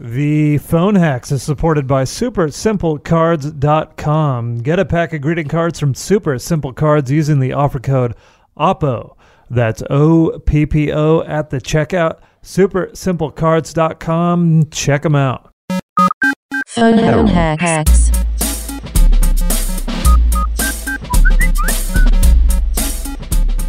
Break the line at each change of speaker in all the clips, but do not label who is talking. The Phone Hacks is supported by supersimplecards.com. Get a pack of greeting cards from Super Simple Cards using the offer code OPPO. That's O P P O at the checkout. Supersimplecards.com. Check them out.
Phone hacks.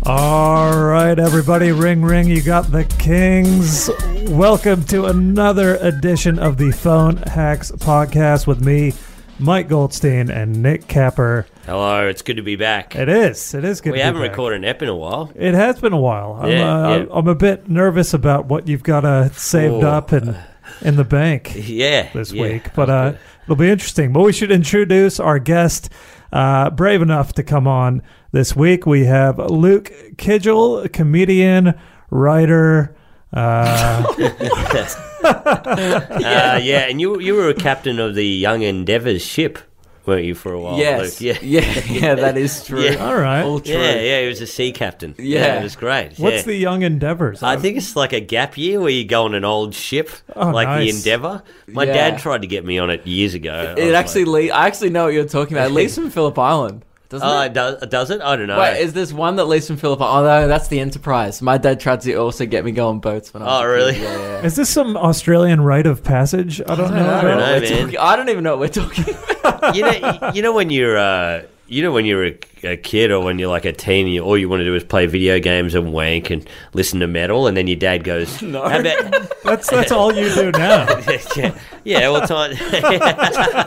All right, everybody, ring ring, you got the kings. Welcome to another edition of the Phone Hacks podcast with me, Mike Goldstein, and Nick Capper.
Hello, it's good to be back.
It is, it is good.
we
to be
haven't
back.
recorded an ep in a while.
It has been a while. I'm,
Yeah,
uh,
yeah.
I'm a bit nervous about what you've got uh, saved
Oh.
up and in the bank
Yeah,
this
yeah.
week, but uh, it'll be interesting. But we should introduce our guest, uh, brave enough to come on this week. We have Luke Kidgel, comedian, writer. Uh,
Uh, yeah, and you you were a captain of the Young Endeavours ship, weren't you, for a while?
Yes.
Luke? Yeah.
yeah. Yeah, that is true.
Yeah.
all right.
All true.
Yeah, yeah, he was a sea captain.
Yeah.
it was great.
What's
yeah.
the young endeavors?
I think it's like a gap year where you go on an old ship,
Oh,
like
nice.
the Endeavour. My
Yeah.
dad tried to get me on it years ago. I was
It actually
like,
le- I actually know what you're talking about. It leads from Phillip Island, doesn't
oh,
it?
it does, does it? I don't know.
Wait, is this one that leads from Phillip Island? Oh, no, that's the Enterprise. My dad tried to also get me go on boats when I was
Oh,
a
really?
kid. Yeah, yeah.
Is this some Australian rite of passage? I don't know.
I
don't
don't,
know,
know,
man.
talking, I don't even know what we're talking about.
you know, you know when you're, uh, you know when you're a, a kid or when you're like a teen, and you, all you want to do is play video games and wank and listen to metal, and then your dad goes, no. How about,
That's that's all you do now.
yeah, yeah, all the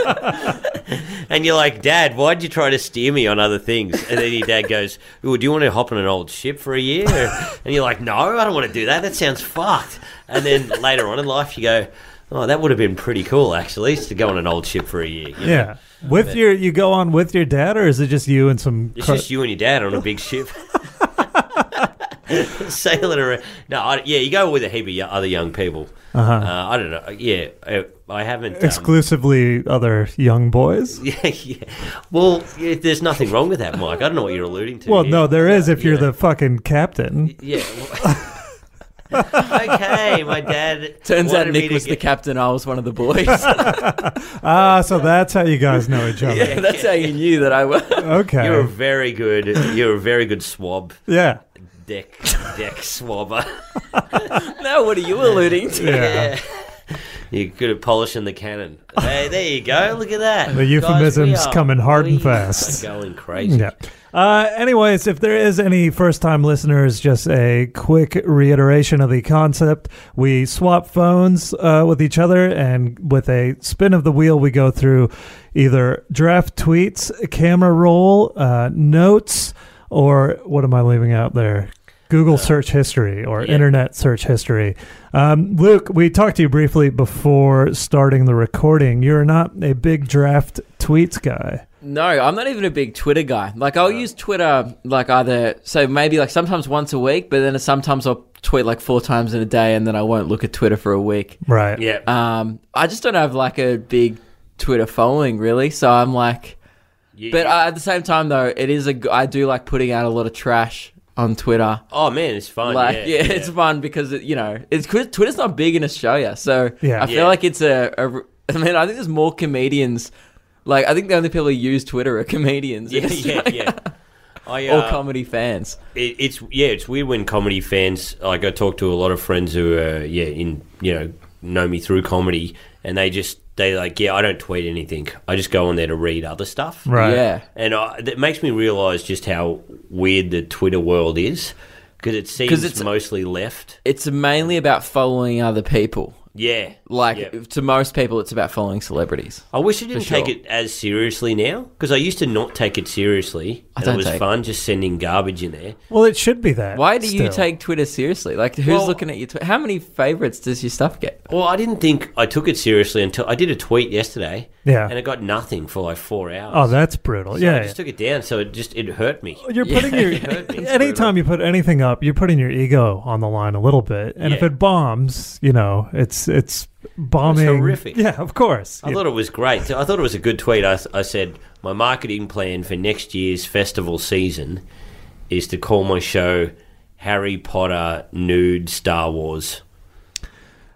time. and you're like, Dad, why'd you try to steer me on other things? And then your dad goes, Ooh, do you want to hop on an old ship for a year? And you're like, No, I don't want to do that. That sounds fucked. And then later on in life, you go, Oh, that would have been pretty cool, actually, is to go on an old ship for a year. you know?
Yeah. With your, you go on with your dad, or is it just you and some?
It's
cr-
just you and your dad on a big ship. Sailing around. No, I, yeah, you go with a heap of yo- other young people.
Uh-huh.
Uh, I don't know. Yeah, I, I haven't. um,
exclusively other young boys.
Yeah, yeah. Well, yeah, there's nothing wrong with that, Mike. I don't know what you're alluding to.
Well,
here.
no, there is if you're
yeah.
the fucking captain.
Yeah. well- okay, my dad.
Turns out
wanted me
Nick
to
was the
get-
captain. I was one of the boys. yeah,
Ah, so that's how you guys know each other.
that's how you knew that I was.
Okay.
You're a very good. You're a very good swab
yeah.
deck deck swabber.
now, what are you alluding to?
Yeah.
You're good at polishing the cannon. Hey, there you go. Look at that.
The euphemisms coming hard and fast.
are going crazy.
Yeah. Uh, anyways, if there is any first time listeners, just a quick reiteration of the concept. We swap phones uh, with each other, and with a spin of the wheel, we go through either draft tweets, camera roll, uh, notes, or what am I leaving out there? Google search history or
Uh, yeah.
internet search history. Um, Luke, we talked to you briefly before starting the recording. You're not a big draft tweets guy.
No, I'm not even a big Twitter guy. Like I'll use Twitter like either so maybe like sometimes once a week, but then sometimes I'll tweet like four times in a day, and then I won't look at Twitter for a week.
Right.
Yeah.
Um, I just don't have like a big Twitter following really, so I'm like.
You-
But uh, at the same time though, it is a g- I do like putting out a lot of trash on Twitter.
oh man, it's fun.
Like
yeah,
yeah, it's fun because it, you know it's 'cause Twitter's not big in Australia, so
Yeah.
I feel
Yeah.
like it's a, a. I mean, I think there's more comedians. Like I think the only people who use Twitter are comedians. in
yeah, yeah,
Australia.
yeah. I,
Or
uh,
comedy fans.
it, it's yeah, it's weird when comedy fans like I talk to a lot of friends who uh, yeah in you know know me through comedy, and they just they like yeah I don't tweet anything. I just go on there to read other stuff.
Right.
Yeah.
and I, that makes me realize just how weird the Twitter world is because it seems
'Cause it's-
mostly left.
It's mainly about following other people.
Yeah,
Like
yeah.
to most people, it's about following celebrities.
I wish I didn't
sure.
take it as seriously now because I used to not take it seriously, and it
don't
was
take-
fun just sending garbage in there.
Well, it should be that.
Why do you
still.
take Twitter seriously? Like, who's
Well-
looking at your Twitter? How many favorites does your stuff get?
Well, I didn't think I took it seriously until I did a tweet yesterday.
Yeah.
And it got nothing for like four hours.
Oh, that's brutal.
So I
yeah.
just took it down, so it just it hurt me.
yeah. You're putting
hurt me.
your anytime you put anything up, you're putting your ego on the line a little bit, and if
Yeah.
it bombs, you know it's it's bombing.
horrific.
Yeah, of course.
I
Yeah.
thought it was great. So I thought it was a good tweet. I, I said my marketing plan for next year's festival season is to call my show Harry Potter Nude Star Wars.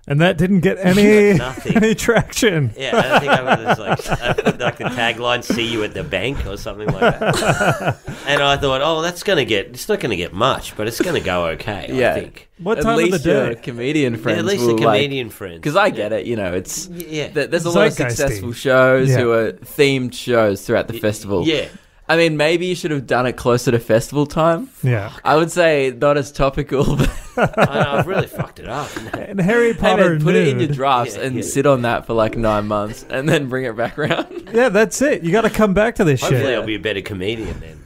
and that didn't get any
Nothing.
any traction.
Yeah, I don't think I would have like I put like the tagline "See you at the bank" or something like that. and I thought, oh, that's gonna get it's not gonna get much, but it's gonna go okay.
Yeah.
I think.
What
at
time
least
of the day?
your comedian friends.
at least the
will,
comedian friends.
Because I get it, you know, it's
Yeah.
th- there's a lot of
Zeitgeisty.
successful shows
Yeah.
who are themed shows throughout the festival.
Yeah.
I mean, maybe you should have done it closer to festival time.
Yeah.
I would say not as topical, but
I know, I've really fucked it up.
And Harry
hey,
Potter
man, put it in your
nude.
drafts
Yeah,
and
yeah.
sit on that for like nine months and then bring it back around.
Yeah, that's it. You got to come back to this
Hopefully,
shit.
I'll be a better comedian then.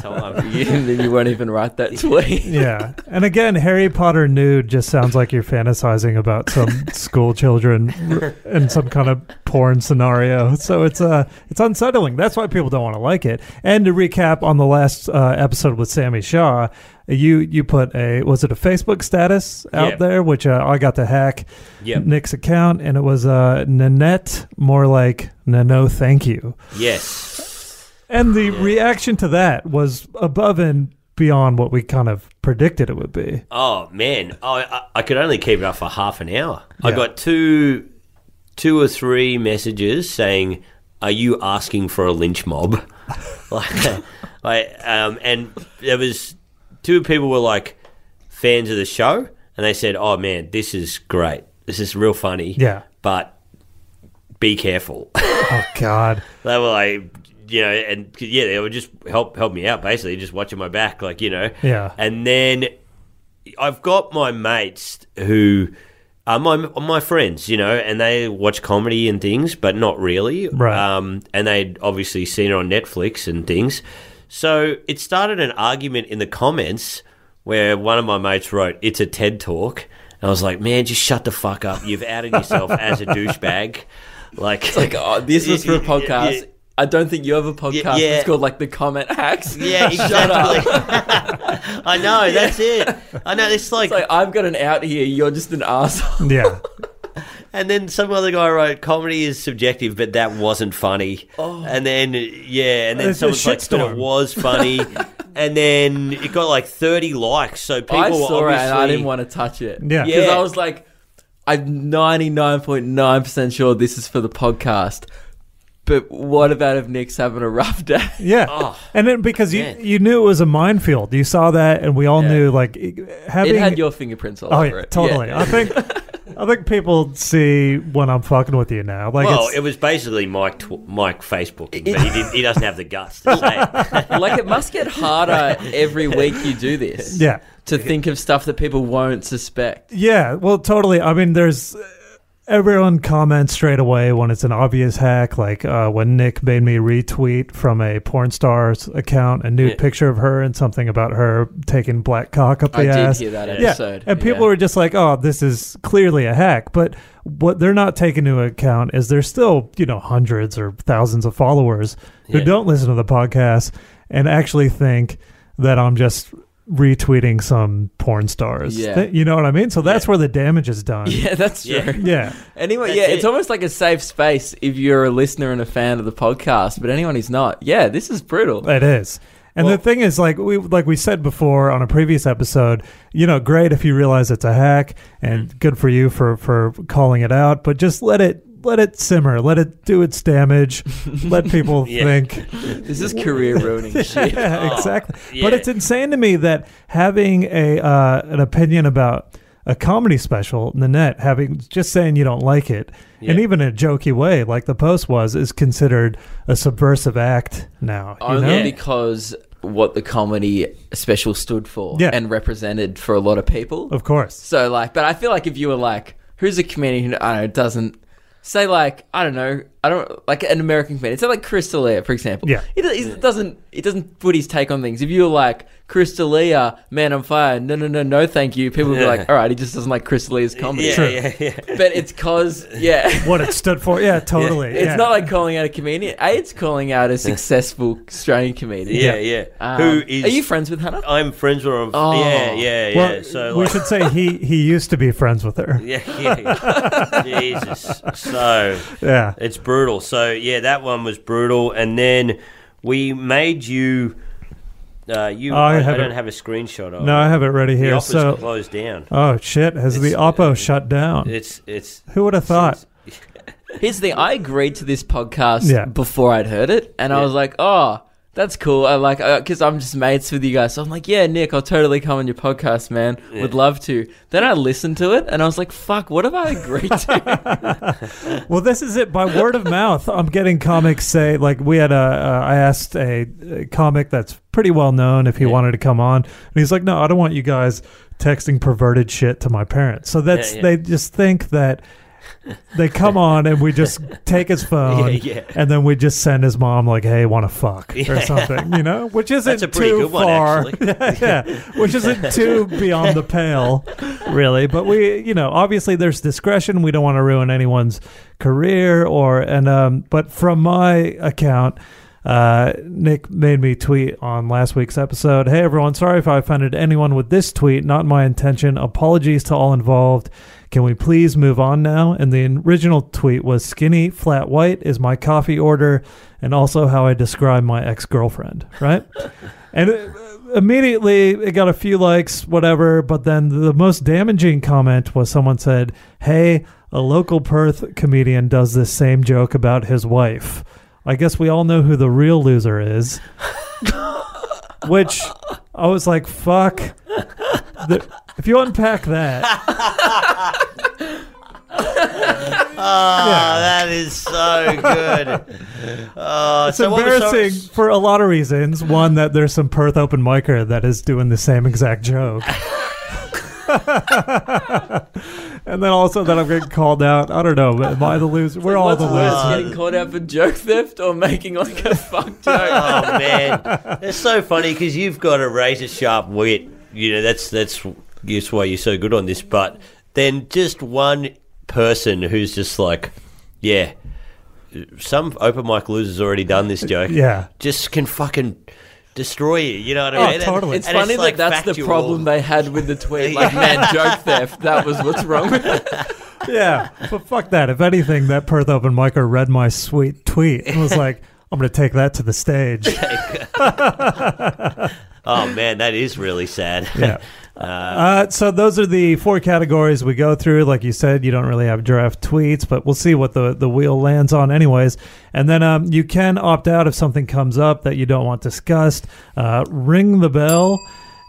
time.
you, then you won't even write that tweet.
Yeah. And again, Harry Potter nude just sounds like you're fantasizing about some school children r- in some kind of porn scenario. So it's uh it's unsettling. That's why people don't want to like it. And to recap on the last uh, episode with Sammy Shaw, you you put a was it a Facebook status out
Yeah.
there which uh, I got to hack
Yep.
Nick's account and it was uh Nanette more like no no thank you.
Yes.
And the reaction to that was above and beyond what we kind of predicted it would be.
Oh man, I, I I could only keep it up for half an hour. I
Yeah.
got two, two or three messages saying, "Are you asking for a lynch mob?" like, I um, and there was two people were like fans of the show, and they said, "Oh man, this is great. This is real funny."
Yeah.
but be careful.
Oh God.
they were like, you know, and yeah, they would just help help me out basically, just watching my back, like you know.
Yeah.
And then I've got my mates who are my my friends, you know, and they watch comedy and things, but not really.
Right.
Um, and they'd obviously seen it on Netflix and things. So it started an argument in the comments where one of my mates wrote, "It's a TED talk." And I was like, "Man, just shut the fuck up! You've outed yourself as a douchebag." Like,
It's like, oh, this was for a podcast.
Yeah.
I don't think you have a podcast.
Yeah, yeah.
It's called like the comment hacks.
Yeah, exactly. I know. That's it. I know. It's like,
It's like I've got an out here. You're just an asshole.
Yeah.
and then some other guy wrote, "Comedy is subjective, but that wasn't funny."
Oh.
And then yeah, and then
It's a
someone's like, "But
shitstorm."
it was funny." and then it got like thirty likes, so people
I
were
saw it
obviously
and I didn't want to touch it.
Yeah.
because
Yeah.
I was like, I'm 99.9 percent sure this is for the podcast. But what about if Nick's having a rough day?
Yeah.
Oh,
and then because you
man.
you knew it was a minefield. You saw that and we all
Yeah.
knew like e, having
It had your fingerprints all
Oh
over
yeah,
it.
totally. I think I think people see when I'm fucking with you now. Like
Well,
it's,
it was basically Mike tw- Mike Facebooking, but he, did, he doesn't have the guts to say. it.
like it must get harder every week you do this.
yeah.
To think of stuff that people won't suspect.
Yeah, well, totally. I mean, there's everyone comments straight away when it's an obvious hack, like uh, when Nick made me retweet from a porn star's account a nude
Yeah.
picture of her and something about her taking black cock up the
I
ass.
did hear that
Yeah.
episode.
Yeah, and people
Yeah.
were just like, "Oh, this is clearly a hack." But what they're not taking into account is there's still you know hundreds or thousands of followers who
Yeah.
don't listen to the podcast and actually think that I'm just retweeting some porn stars.
Yeah.
Th- you know what I mean? So that's where the damage is done.
Yeah, that's true.
Yeah.
Yeah.
Anyway,
That's
yeah,
it.
it's almost like a safe space if you're a listener and a fan of the podcast, but anyone who's not, yeah, this is brutal.
It is. And
Well-
the thing is, like we like we said before on a previous episode, you know, great if you realize it's a hack,
Mm-hmm.
and good for you for for calling it out. But just let it let it simmer, let it do its damage, let people
Yeah.
think.
This is career ruining shit.
Yeah, exactly. But
yeah.
it's insane to me that having a uh, an opinion about a comedy special, Nanette, having just saying you don't like it, and
Yeah.
even in a jokey way, like the post was, is considered a subversive act now. You
Only
know?
Oh, Yeah.
because what the comedy special stood for
Yeah.
and represented for a lot of people.
Of course.
So like, but I feel like if you were like, who's a comedian who I don't know, doesn't say like I don't know, I don't like an American comedian. Say like Chris D'Elia, for example.
Yeah.
he, do- he doesn't he doesn't put his take on things. If you were like Chris D'Elia, Man on Fire, no no no no, thank you. People would be like, all right, he just doesn't like Chris D'Elia's comedy.
yeah,
True.
yeah, yeah.
But it's cause yeah.
what it stood for. Yeah, totally.
It's
yeah.
not like calling out a comedian. A, it's calling out a successful Australian comedian.
Yeah, yeah.
Um,
Who is?
Are you friends with Hannah?
I'm friends with. him.
Oh.
Yeah, yeah, yeah.
Well,
so
we
like,
should say he he used to be friends with her.
Yeah, yeah. Jesus. So
Yeah.
it's brutal. So yeah, that one was brutal. And then we made you Uh, you,
Oh, I
I, I
have
don't
it.
have a screenshot of
No, I
it.
have it ready
The
here.
office
So,
closed down.
oh shit, has the
It's- uh,
Oppo shut down?
It's it's.
Who would have thought?
Here's the thing: I agreed to this podcast
Yeah.
before I'd heard it, and I
Yeah.
was like, "Oh, that's cool." I like because I'm just mates with you guys, so I'm like, "Yeah, Nick, I'll totally come on your podcast, man.
Yeah.
Would love to." Then I listened to it, and I was like, "Fuck, what have I agreed to?"
Well, this is it by word of mouth. I'm getting comics say like we had a. Uh, I asked a, a comic that's pretty well known if he
Yeah.
wanted to come on, and he's like, "No, I don't want you guys texting perverted shit to my parents." So that's
yeah.
they just think that they come on and we just take his phone.
yeah, yeah.
And then we just send his mom like, "Hey, want to fuck?" or
Yeah.
something, you know, which isn't
That's a pretty
too
good one,
far,
actually.
yeah, yeah, which isn't too beyond the pale, really. But we, you know, obviously there's discretion. We don't want to ruin anyone's career or and um. But from my account. Uh, Nick made me tweet on last week's episode. Hey everyone, sorry if I offended anyone with this tweet. Not my intention. Apologies to all involved. Can we please move on now? And the original tweet was skinny, flat white is my coffee order and also how I describe my ex girlfriend, right? and it, immediately it got a few likes, whatever. But then the most damaging comment was someone said, Hey, a local Perth comedian does this same joke about his wife. I guess we all know who the real loser is. Which I was like, fuck. The- if you unpack that,
Oh,
Yeah.
that is so good. Oh,
It's
so what was-
embarrassing for a lot of reasons. One, that there's some Perth open micer that is doing the same exact joke. and then also that I'm getting called out. I don't know. Am I the loser? We're all
What's
the
worse,
losers.
getting called out for joke theft or making like a fuck joke?
oh man, it's so funny because you've got a razor sharp wit. You know that's that's that's why you're so good on this. But then just one person who's just like, yeah, some open mic loser's already done this joke.
Yeah.
just can fucking destroy you. You know what
Oh,
I mean? And-
totally.
It's
and
funny
like
that that's the
factual.
problem they had with the tweet. Like,
Yeah.
man, joke theft. That was what's wrong with it.
Yeah. But fuck that. If anything, that Perth open micer read my sweet tweet and was like, I'm going to take that to the stage.
Oh man, that is really sad.
Yeah. Uh, so those are the four categories we go through. Like you said, you don't really have draft tweets, but we'll see what the, the wheel lands on, anyways. And then um, you can opt out if something comes up that you don't want discussed. Uh, ring the bell.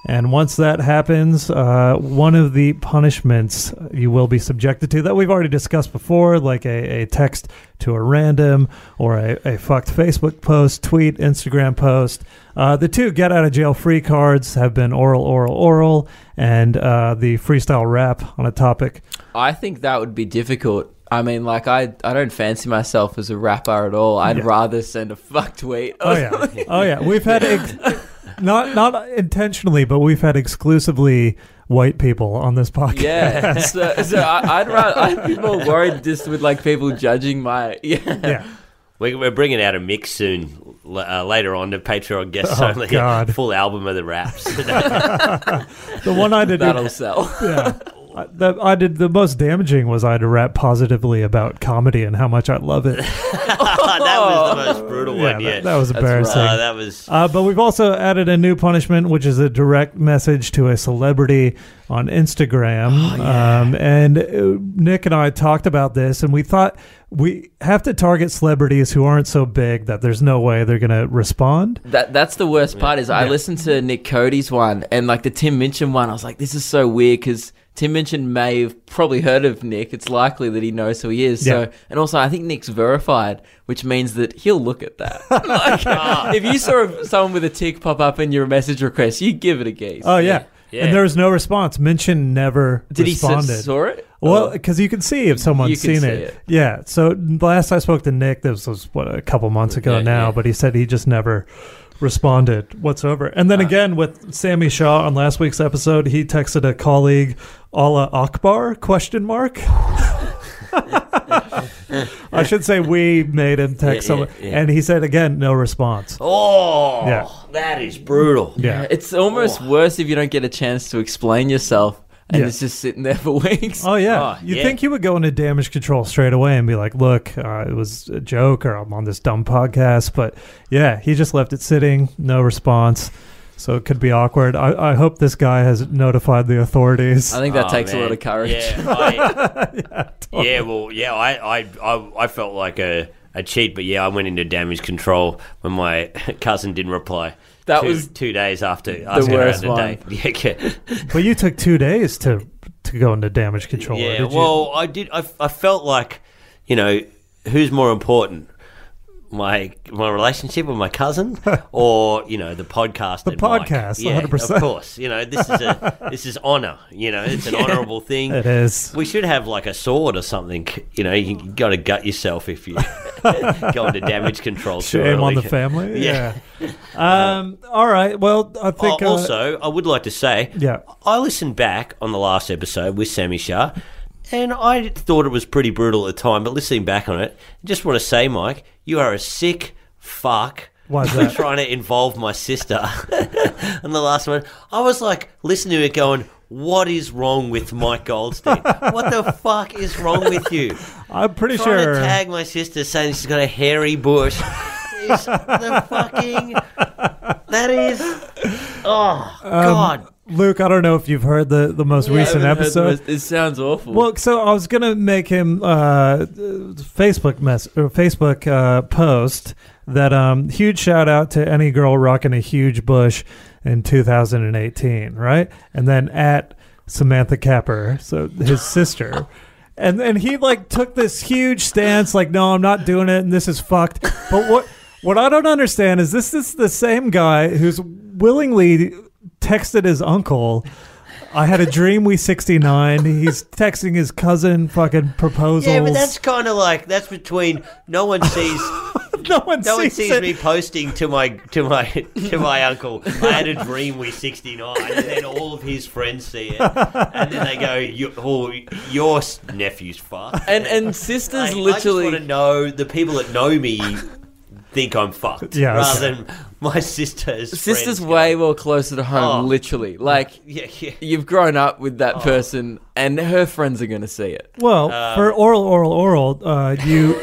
And once that happens, uh, one of the punishments you will be subjected to that we've already discussed before, like a, a text to a random or a, a fucked Facebook post, tweet, Instagram post. Uh, the two get out of jail free cards have been oral, oral, oral, and uh, the freestyle rap on a topic.
I think that would be difficult. I mean, like, I, I don't fancy myself as a rapper at all. I'd
Yeah.
rather send a fuck tweet.
Oh yeah, oh yeah. We've had ex- not not intentionally, but we've had exclusively white people on this podcast.
Yeah, so, so I, I'd rather I'd be more worried just with like people judging my yeah.
yeah.
We're, we're bringing out a mix soon, l- uh, later on to Patreon guests
Oh,
only.
God.
Full album of the raps.
The one I did
That'll sell.
yeah. I, the, I did the most damaging was I had to rap positively about comedy and how much I love it.
that was the most brutal
yeah,
one
that,
yet.
that was
right.
embarrassing.
Uh, that was.
Uh, but we've also added a new punishment, which is a direct message to a celebrity on Instagram. um, and uh, Nick and I talked about this, and we thought we have to target celebrities who aren't so big that there's no way they're going to respond.
That that's the worst part is I
Yeah.
listened to Nick Cody's one and like the Tim Minchin one. I was like, this is so weird because Tim Minchin may have probably heard of Nick. It's likely that he knows who he is.
Yeah.
So and also I think Nick's verified, which means that he'll look at that. like, if you saw someone with a tick pop up in your message request, you give it a gaze.
Oh yeah.
Yeah.
And there was no response. Minchin never
Did he
responded.
s- saw it? Oh.
Well,
Or-
because you can see if someone's
You
seen
can see
it.
it.
Yeah. So last I spoke to Nick, this was what a couple months ago
Yeah,
now,
yeah.
but he said he just never responded whatsoever. And then again with Sammy Shaw on last week's episode, he texted a colleague, "Allah Akbar?" question mark. I should say we made him text
Yeah, yeah,
someone,
yeah.
and he said again, no response.
Oh,
Yeah.
that is brutal.
Yeah.
it's almost
Oh.
worse if you don't get a chance to explain yourself and
Yeah.
it's just sitting there for weeks.
Oh yeah,
Oh,
you
yeah.
think you would go into damage control straight away and be like, "Look, uh, it was a joke," or "I'm on this dumb podcast," but yeah, he just left it sitting, no response. So it could be awkward. I, I hope this guy has notified the authorities.
I think that
Oh,
takes a lot
man.
of courage.
Yeah, I, yeah, well, yeah, I, I, I, I felt like a, a cheat, but yeah, I went into damage control when my cousin didn't reply.
That
two,
was
two days after asking her
worst
out on a date. Yeah, yeah.
But you took two days to to go into damage control.
Yeah,
did you?
well, I did. I, I felt like, you know, who's more important, my my relationship with my cousin, or you know, the podcast?
The
and Mike?
podcast,
yeah,
100%.
Of course, you know, this is a this is honor. You know, it's an honourable thing.
It is.
We should have like a sword or something. You know, you got to gut yourself if you go into damage control. too
Shame on
early.
the family.
Yeah.
Yeah. Um, all right. Well, I think.
Oh,
uh,
also, I would like to say,
Yeah.
I listened back on the last episode with Sammy Shah, and I thought it was pretty brutal at the time. But listening back on it, I just want to say, Mike, you are a sick fuck.
Why's
for
that?
trying to involve my sister on the last one. I was like listening to it, going, "What is wrong with Mike Goldstein? what the fuck is wrong with you?"
I'm pretty
trying
sure.
to tag my sister saying she's got a hairy bush. It's the fucking that is oh
Um,
god.
Luke, I don't know if you've heard the, the most recent episode.
It sounds awful.
Well, so I was gonna make him uh, Facebook mess or Facebook uh, post that um, huge shout out to any girl rocking a huge bush in 2018, right? And then at Samantha Capper, so his sister. And and he like took this huge stance, like, no, I'm not doing it, and this is fucked. But what what I don't understand is this is the same guy who's willingly texted his uncle I had a dream we 69. He's texting his cousin fucking proposals.
Yeah, but that's kind of like that's between no one sees
no one
no one
sees,
sees
it.
me posting to my to my to my uncle. I had a dream with sixty nine, and then all of his friends see it, and then they go, "You- "Oh, your s- nephew's fucked."
and and sisters
I, I
literally.
just want to know the people that know me think I'm fucked,
Yeah,
rather
okay.
than my sister's
Sister's
friends
way more closer to home,
Oh.
literally. Like,
Yeah, yeah.
you've grown up with that person, and her friends are going to see it.
Well,
Uh,
for oral, oral, oral, uh, you,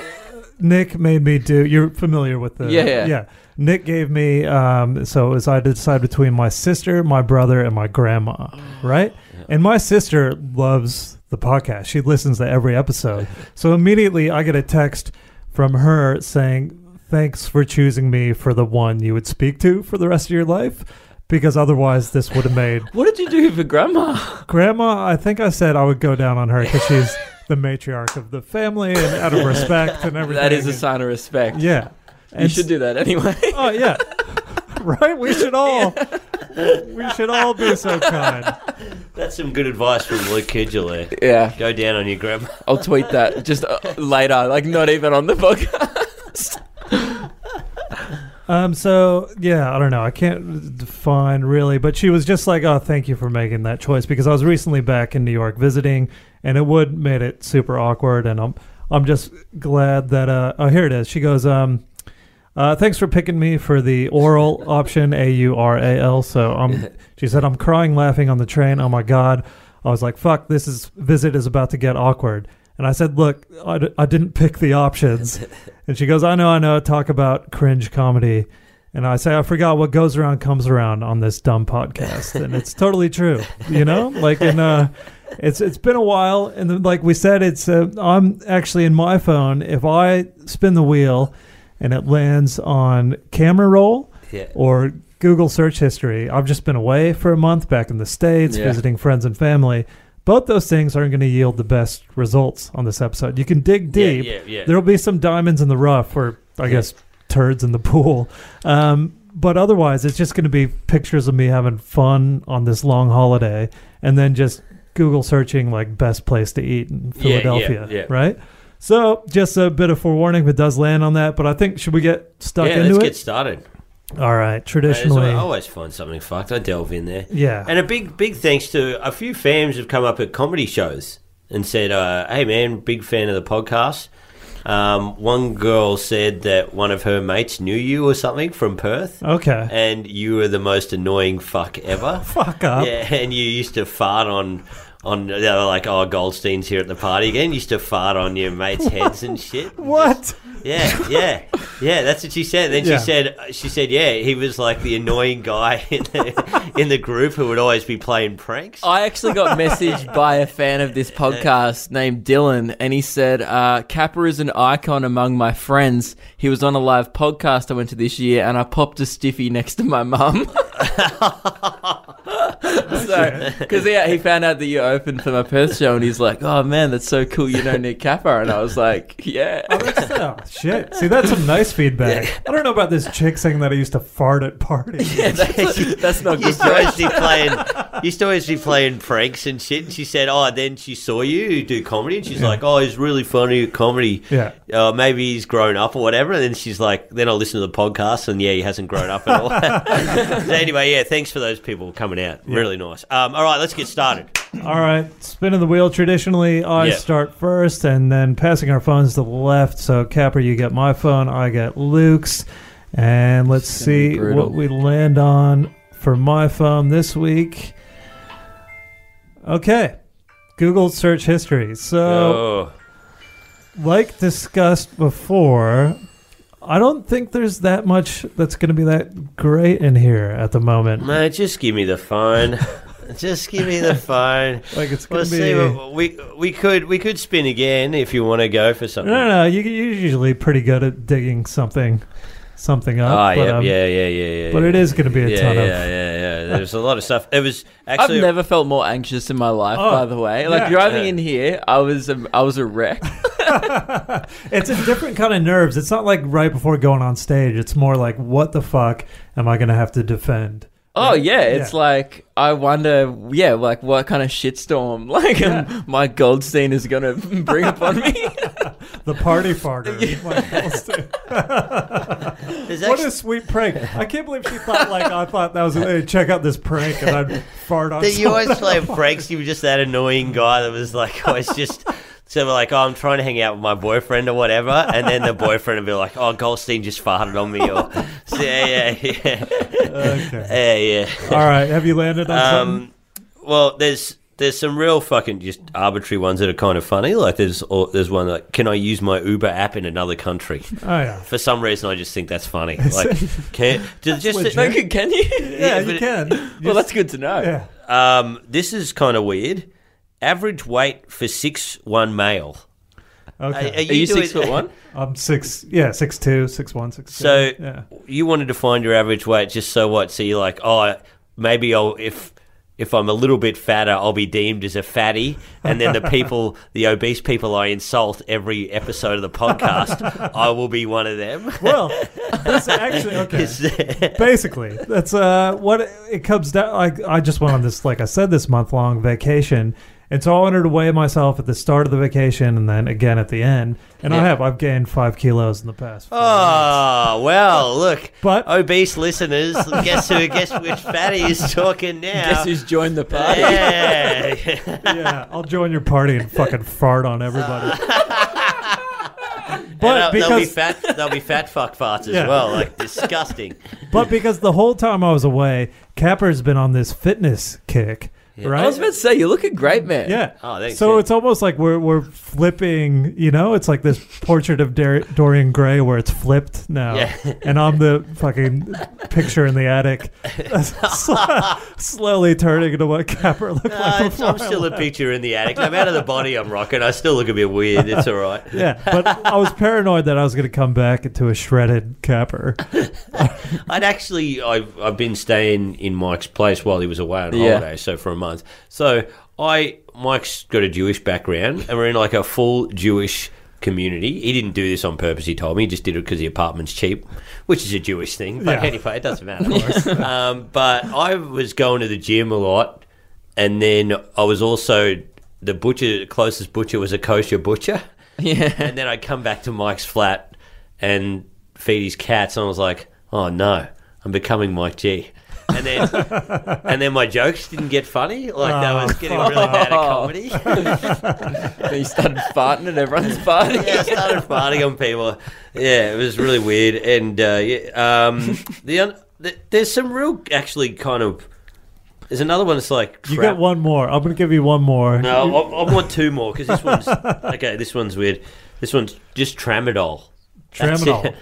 Nick made me do. You're familiar with the
Yeah, yeah.
Nick gave me. Um, so it was I had to decide between my sister, my brother, and my grandma. Right, and my sister loves the podcast. She listens to every episode. so immediately I get a text from her saying, "Thanks for choosing me for the one you would speak to for the rest of your life." Because otherwise, this would have made
What did you do for grandma?
Grandma, I think I said I would go down on her because she's the matriarch of the family and out of respect and everything.
That is a sign of respect.
Yeah. And
You should do that anyway.
Oh yeah. right? We should all we should all be so kind.
That's some good advice from Luke Kidgel there.
yeah,
Go down on your grandma.
I'll tweet that just uh, later, like not even on the podcast.
Um so yeah, I don't know. I can't define really, but she was just like, "Oh, thank you for making that choice because I was recently back in New York visiting and it would made it super awkward and I'm I'm just glad that uh oh here it is. She goes um Uh, thanks for picking me for the oral option, A U R A L. So um, she said, I'm crying laughing on the train. Oh my God. I was like, fuck, this is visit is about to get awkward. And I said, look, I, d- I didn't pick the options. And she goes, I know, I know. Talk about cringe comedy. And I say, I forgot what goes around comes around on this dumb podcast. And it's totally true, you know? Like, in uh, it's it's been a while, and then, like we said, it's uh, I'm actually in my phone. If I spin the wheel, and it lands on camera roll
Yeah.
or Google search history. I've just been away for a month back in the States
Yeah.
visiting friends and family. Both those things aren't going to yield the best results on this episode. You can dig deep.
Yeah, yeah, yeah.
There'll be some diamonds in the rough or, I guess, turds in the pool. Um, but otherwise, it's just going to be pictures of me having fun on this long holiday and then just Google searching like best place to eat in
Yeah, yeah,
Philadelphia,
yeah.
right? So just a bit of forewarning if it does land on that, but I think should we get stuck
yeah,
into
let's
it?
get started.
All right,
As I
traditionally,
always find something fucked. I delve in there.
yeah,
And a big, big thanks to a few fans who've come up at comedy shows and said, uh, "Hey, man, big fan of the podcast." Um, one girl said that one of her mates knew you or something from Perth,
okay,
and you were the most annoying fuck ever.
fuck up,
Yeah, and you used to fart on on they were like, oh, Goldstein's here at the party again. You used to fart on your mates' heads and shit.
what?
Yeah, yeah. Yeah, that's what she said. Then
Yeah.
she said, she said, yeah, he was like the annoying guy in the, in the group who would always be playing pranks.
I actually got messaged by a fan of this podcast named Dylan, and he said, uh, Kappa is an icon among my friends. He was on a live podcast I went to this year, and I popped a stiffy next to my mum. so, because yeah, he found out that you opened for my Perth show, and he's like, oh man, that's so cool, you know Nick Kappa. And I was like, yeah.
Oh, shit. See, that's some nice feedback. I don't know about this chick saying that I used to fart at parties.
Yeah, that's, that's not
You
good.
used to always be playing. you Used to always be playing pranks and shit. And she said, "Oh, then she saw you do comedy, and she's like, oh, he's really funny at comedy.
Yeah.
uh, maybe he's grown up or whatever.'" And then she's like, "Then I listen to the podcast, and yeah, he hasn't grown up at all." so anyway, yeah, thanks for those people coming out. Really nice. Um, all right, let's get started.
All right, spin of the wheel. Traditionally, I
Yeah.
start first, and then passing our phones to the left. So, Capper, you get my phone, I get Luke's, and let's
It's gonna be
see
brutal.
what we land on for my phone this week. Okay, Google search history. So,
Oh,
like discussed before, I don't think there's that much that's going to be that great in here at the moment.
mate, just give me the phone. just give me the phone.
Like it's going
We'll
to
see.
be.
What, we we could we could spin again if you want to go for something.
No, no, no. You, you're usually pretty good at digging something, something up.
Ah,
but,
yeah,
um,
yeah, yeah, yeah, yeah.
But it is going to be a
yeah,
ton
yeah,
of.
yeah, yeah, yeah. There's a lot of stuff. It was
I've
actually.
never felt more anxious in my life,
Oh,
by the way. Like
yeah.
driving
Yeah.
in here, I was a, I was a wreck.
um, It's a different kind of nerves. It's not like right before going on stage. It's more like, what the fuck am I going to have to defend?
Oh yeah, it's
Yeah.
like I wonder, yeah, like what kind of shitstorm like um, my Goldstein is gonna bring upon me.
The party farter. Like, Alston.
there's
what
actu-
a sweet prank! I can't believe she thought like I thought that was. Hey, check out this prank, and I'd fart on.
that you
someone
always play
else.
pranks. You were just that annoying guy that was like always just. So we're like, oh, I'm trying to hang out with my boyfriend or whatever, and then the boyfriend would be like, oh, Goldstein just farted on me, or so, yeah, yeah, yeah,
Okay.
yeah, yeah.
All right. Have you landed on something?
Um, well, there's there's some real fucking just arbitrary ones that are kind of funny. Like there's or, there's one like, can I use my Uber app in another country?
Oh yeah.
For some reason, I just think that's funny. Like, can just, just
legit.
Duncan, can you?
Yeah,
but
you
it-
can.
Well, that's good to know.
yeah.
um, this is kind of weird. Average weight for six one male. Are,
Okay.
Are you, six foot one?
I'm six. Yeah, six two, six one, six two.
So
yeah,
you wanted to find your average weight, just so what? So you're like, oh, maybe I'll if if I'm a little bit fatter, I'll be deemed as a fatty, and then the people, the obese people I insult every episode of the podcast, I will be one of them.
well, this actually okay. Basically, that's uh, what it comes down. Like I just went on this, like I said, this month long vacation, and so I wanted to weigh myself at the start of the vacation and then again at the end. And I
Yeah.
have I've gained five kilos in the past. four
Oh well, look,
But-
obese listeners, guess who? Guess which fatty is talking now?
Guess who's joined the party?
yeah.
months. yeah, I'll join your party and fucking fart on everybody. But
But they'll, they'll be
because
fat, they'll be fat fuck farts as
Yeah.
well. Like disgusting.
but because the whole time I was away, Capper's been on this fitness kick, right?
I was about to say, you look a great man.
Yeah.
Oh, thanks,
so
yeah.
it's almost like we're we're flipping. You know, it's like this portrait of Dar- Dorian Gray where it's flipped now,
Yeah.
and I'm the fucking picture in the attic, sl- slowly turning into what Capper looked
No,
like.
Uh, it's,
Before
I'm still a picture in the attic. No matter the body I'm rocking, I still look a bit weird. It's all right.
yeah, but I was paranoid that I was going to come back to a shredded Capper.
I'd actually, I've, I've been staying in Mike's place while he was away on
Yeah.
holiday, so for a month. So I, Mike's got a Jewish background, and we're in like a full Jewish community. He didn't do this on purpose. He told me he just did it because the apartment's cheap, which is a Jewish thing. But
Yeah.
anyway, it doesn't matter. um, but I was going to the gym a lot, and then I was also the butcher. Closest butcher was a kosher butcher.
Yeah.
And then I'd come back to Mike's flat and feed his cats, and I was like, oh no, I'm becoming Mike G. And then, and then my jokes didn't get funny. Like that was
Oh,
getting really bad at comedy. yeah,
And you started farting at everyone's party.
I started farting on people. Yeah, it was really weird. And uh, yeah, um, the, un- the there's some real actually kind of there's another one that's like
You
trap-
get one more. I'm going to give you one more.
No, I, I want two more because this one's okay. This one's weird. This one's just tramadol. That's it.
Tramadol.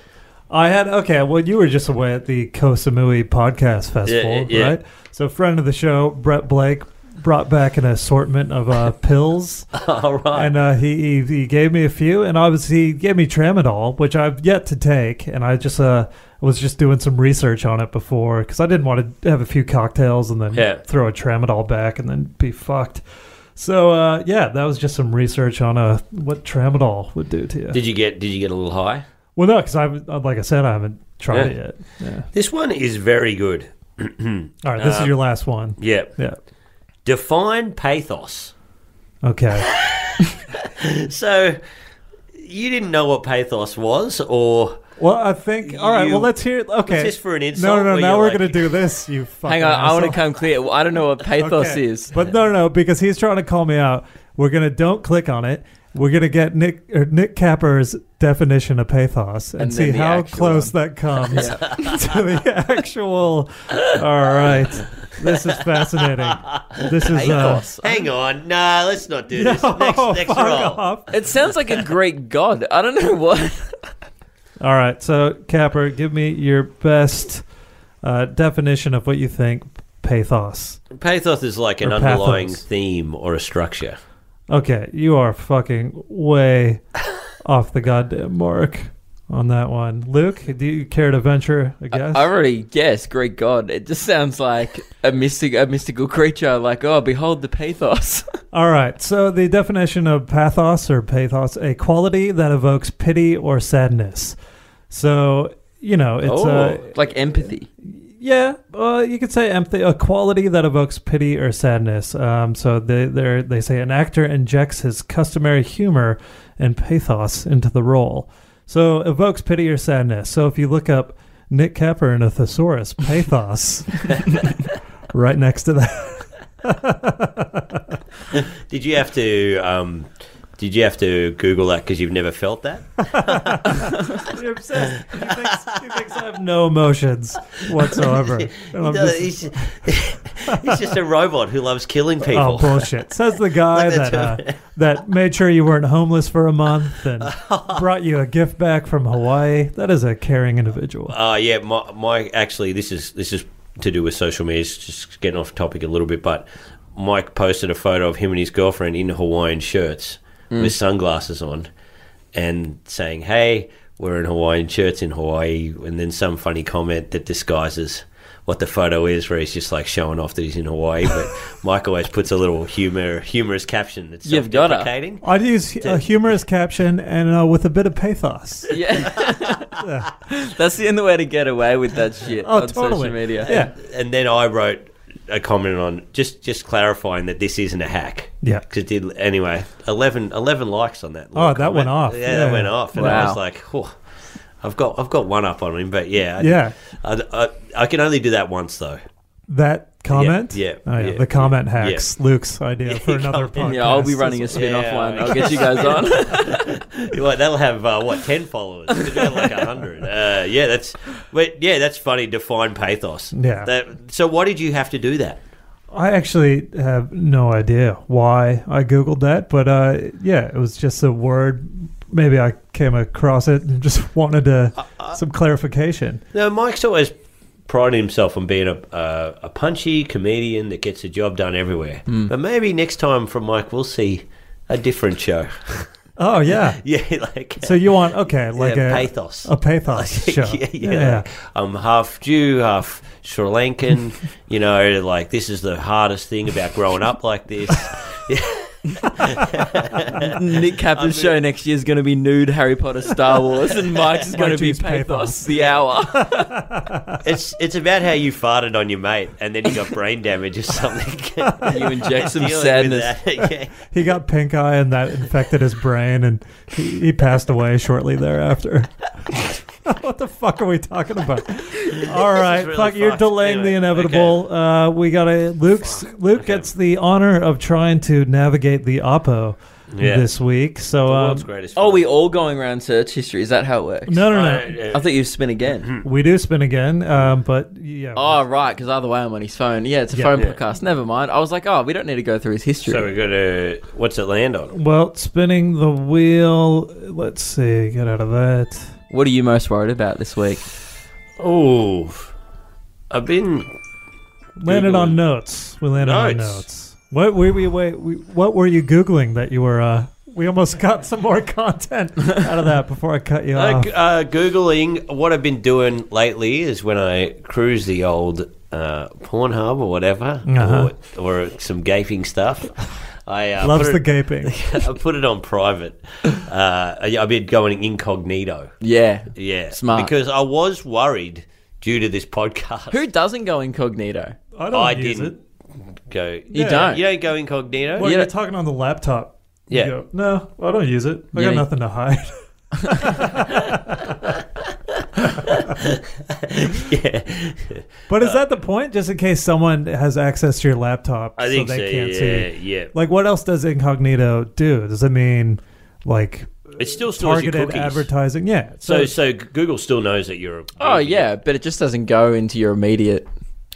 I had okay. Well, you were just away at the Kosamui Podcast Festival,
Yeah, yeah, yeah.
right? So, friend of the show, Brett Blake, brought back an assortment of uh, pills,
All right.
and uh, he, he he gave me a few, and obviously he gave me tramadol, which I've yet to take, and I just uh was just doing some research on it before because I didn't want to have a few cocktails and then
Yeah.
throw a tramadol back and then be fucked. So uh, yeah, that was just some research on uh, what tramadol would do to you.
Did you get Did you get a little high?
Well, no, because I like I said, I haven't tried it yet. Yeah.
This one is very good.
All right, this is
Um,
your last one.
Yeah.
Yeah.
Define pathos.
Okay.
So you didn't know what pathos was, or
Well, I think. All right.
You-
well, let's hear. Okay.
was this for an
no,
insult?
no, no.
where
Now
you're
we're
like-
gonna do this. You fucking.
Hang on, I want to
asshole.
come clear. Well, I don't know what pathos
Okay.
is.
But no, no, no, because he's trying to call me out. We're gonna don't click on it. We're gonna get Nick or Nick Capper's definition of pathos and,
And
see
then the
how
actual
close that comes to the actual. All right, this is fascinating. This is uh,
Pathos.
Hang on, nah, let's not do this. next,
Oh,
next
fuck
roll.
off.
It sounds like a Greek god. I don't know what.
All right, so Capper, give me your best uh, definition of what you think pathos.
Pathos is like an
Or
underlying
pathos.
theme or a structure.
Okay, you are fucking way off the goddamn mark on that one. Luke, do you care to venture a guess?
I already guessed Greek god. It just sounds like a mystic, a mystical creature. Like, oh, behold the pathos.
All right, so the definition of pathos or pathos, a quality that evokes pity or sadness. So, you know, it's
oh,
uh,
like empathy.
Yeah, uh, you could say empathy, a quality that evokes pity or sadness. Um, so they they're- they say an actor injects his customary humor and pathos into the role. So evokes pity or sadness. So if you look up Nick Capper in a thesaurus, pathos, right next to that.
Did you have to? Um, did you have to Google that because you've never felt that?
You're obsessed. He thinks, he thinks I have no emotions whatsoever. And I'm
No,
just-
he's, he's just a robot who loves killing
Oh
people.
bullshit! Says the guy
Look at
that
that
uh, that made sure you weren't homeless for a month and brought you a gift back from Hawaii. That is a caring individual.
Uh, yeah, my, my actually, this is this is to do with social media. It's just getting off topic a little bit, but Mike posted a photo of him and his girlfriend in Hawaiian shirts
Mm.
with sunglasses on, and saying, "Hey, we're in Hawaiian shirts in Hawaii," and then some funny comment that disguises. What the photo is, where he's just like showing off that he's in Hawaii, but Mike always puts a little humor, humorous caption that's
You've gotta.
self-deprecating.
I'd use a humorous caption and uh, with a bit of pathos.
Yeah, that's the only way to get away with that shit
Oh,
on
totally.
social media.
Yeah,
and then I wrote a comment on just just clarifying that this isn't a hack.
Yeah.
'Cause it did anyway. 11, 11 likes on that.
Oh,
little
that went
comment.
off.
Yeah,
Yeah.
that went off, and I was
Wow.
like, "Whew, I've got I've got one up on him, but yeah, I-
Yeah.
I, I, I can only do that once though.
that comment.
yeah,
Oh, yeah.
yeah,
the comment hacks. Luke's idea for another podcast.
comment.
Yeah, I'll be running a spin off
Yeah,
one. I'll
okay.
get you guys on.
You're like, that'll have uh, what ten followers? It'll have like hundred. Uh, yeah, that's wait, yeah, that's funny. Define pathos.
Yeah.
That, so why did you have to do that?
I actually have no idea why I googled that, but uh, yeah, it was just a word. Maybe I came across it and just wanted to, some clarification.
No, Mike's always prided himself on being a, a, a punchy comedian that gets the job done everywhere. But maybe next time from Mike, we'll see a different show.
Oh yeah.
yeah, like
So you want okay,
yeah,
like a
pathos.
a pathos show.
yeah, yeah, like, I'm half Jew, half Sri Lankan. you know, like this is the hardest thing about growing up like this.
Nick Capper's show next year is going to be nude Harry Potter, Star Wars, and Mike's is going to be
Mike's pathos.
pathos, the hour.
It's it's about how you farted on your mate and then you got brain damage or something.
you inject some
Dealing with
sadness.
that, yeah.
He got pink eye and that infected his brain, and he, he passed away shortly thereafter. what the fuck are we talking about? All right,
really
fuck, you're
fucked.
delaying the
Anyway,
inevitable. Uh, we got a Luke's. Luke gets the honor of trying to navigate the Oppo
Yeah.
this week. So, um,
The world's greatest.
Oh, we all going around search history. Is that how it works?
no, no,
Uh, hmm.
no,
I thought you spin again.
we do spin again, um, but yeah,
oh, right, because either way I'm on his phone. Yeah, it's a
Yeah.
phone
Yeah.
podcast. Never mind. I was like, oh, we don't need to go through his history.
So we got to what's it land on?
Well, spinning the wheel. Let's see. Get out of that.
What are you most worried about this week?
Oh, I've been
Landed
Googling.
on notes. We landed on
Notes.
notes. What were we, wait, we what were you googling that you were uh we almost got some more content out of that before I cut you
uh,
off.
g- uh, googling. What I've been doing lately is when I cruise the old uh, Pornhub or whatever,
Uh-huh.
or, or some gaping stuff. I uh,
Loves the
put it,
gaping.
I put it on private. Uh, I- I've been going incognito.
Yeah.
Yeah,
Smart.
Because I was worried due to this podcast.
Who doesn't go incognito?
I don't
I
use
didn't
it.
go.
You don't.
You don't go incognito.
Well,
Yeah.
you're talking on the laptop. You
Yeah.
go, no, I don't use it. I
Yeah.
got nothing to hide.
yeah.
But
Uh,
is that the point? Just in case someone has access to your laptop,
I think
so
so.
they can't
yeah,
see.
yeah.
Like, what else does incognito do? Does it mean like
It still stores your
targeted
cookies.
advertising? Yeah.
so, so Google still knows that you're. A
Oh
baby.
yeah, but it just doesn't go into your immediate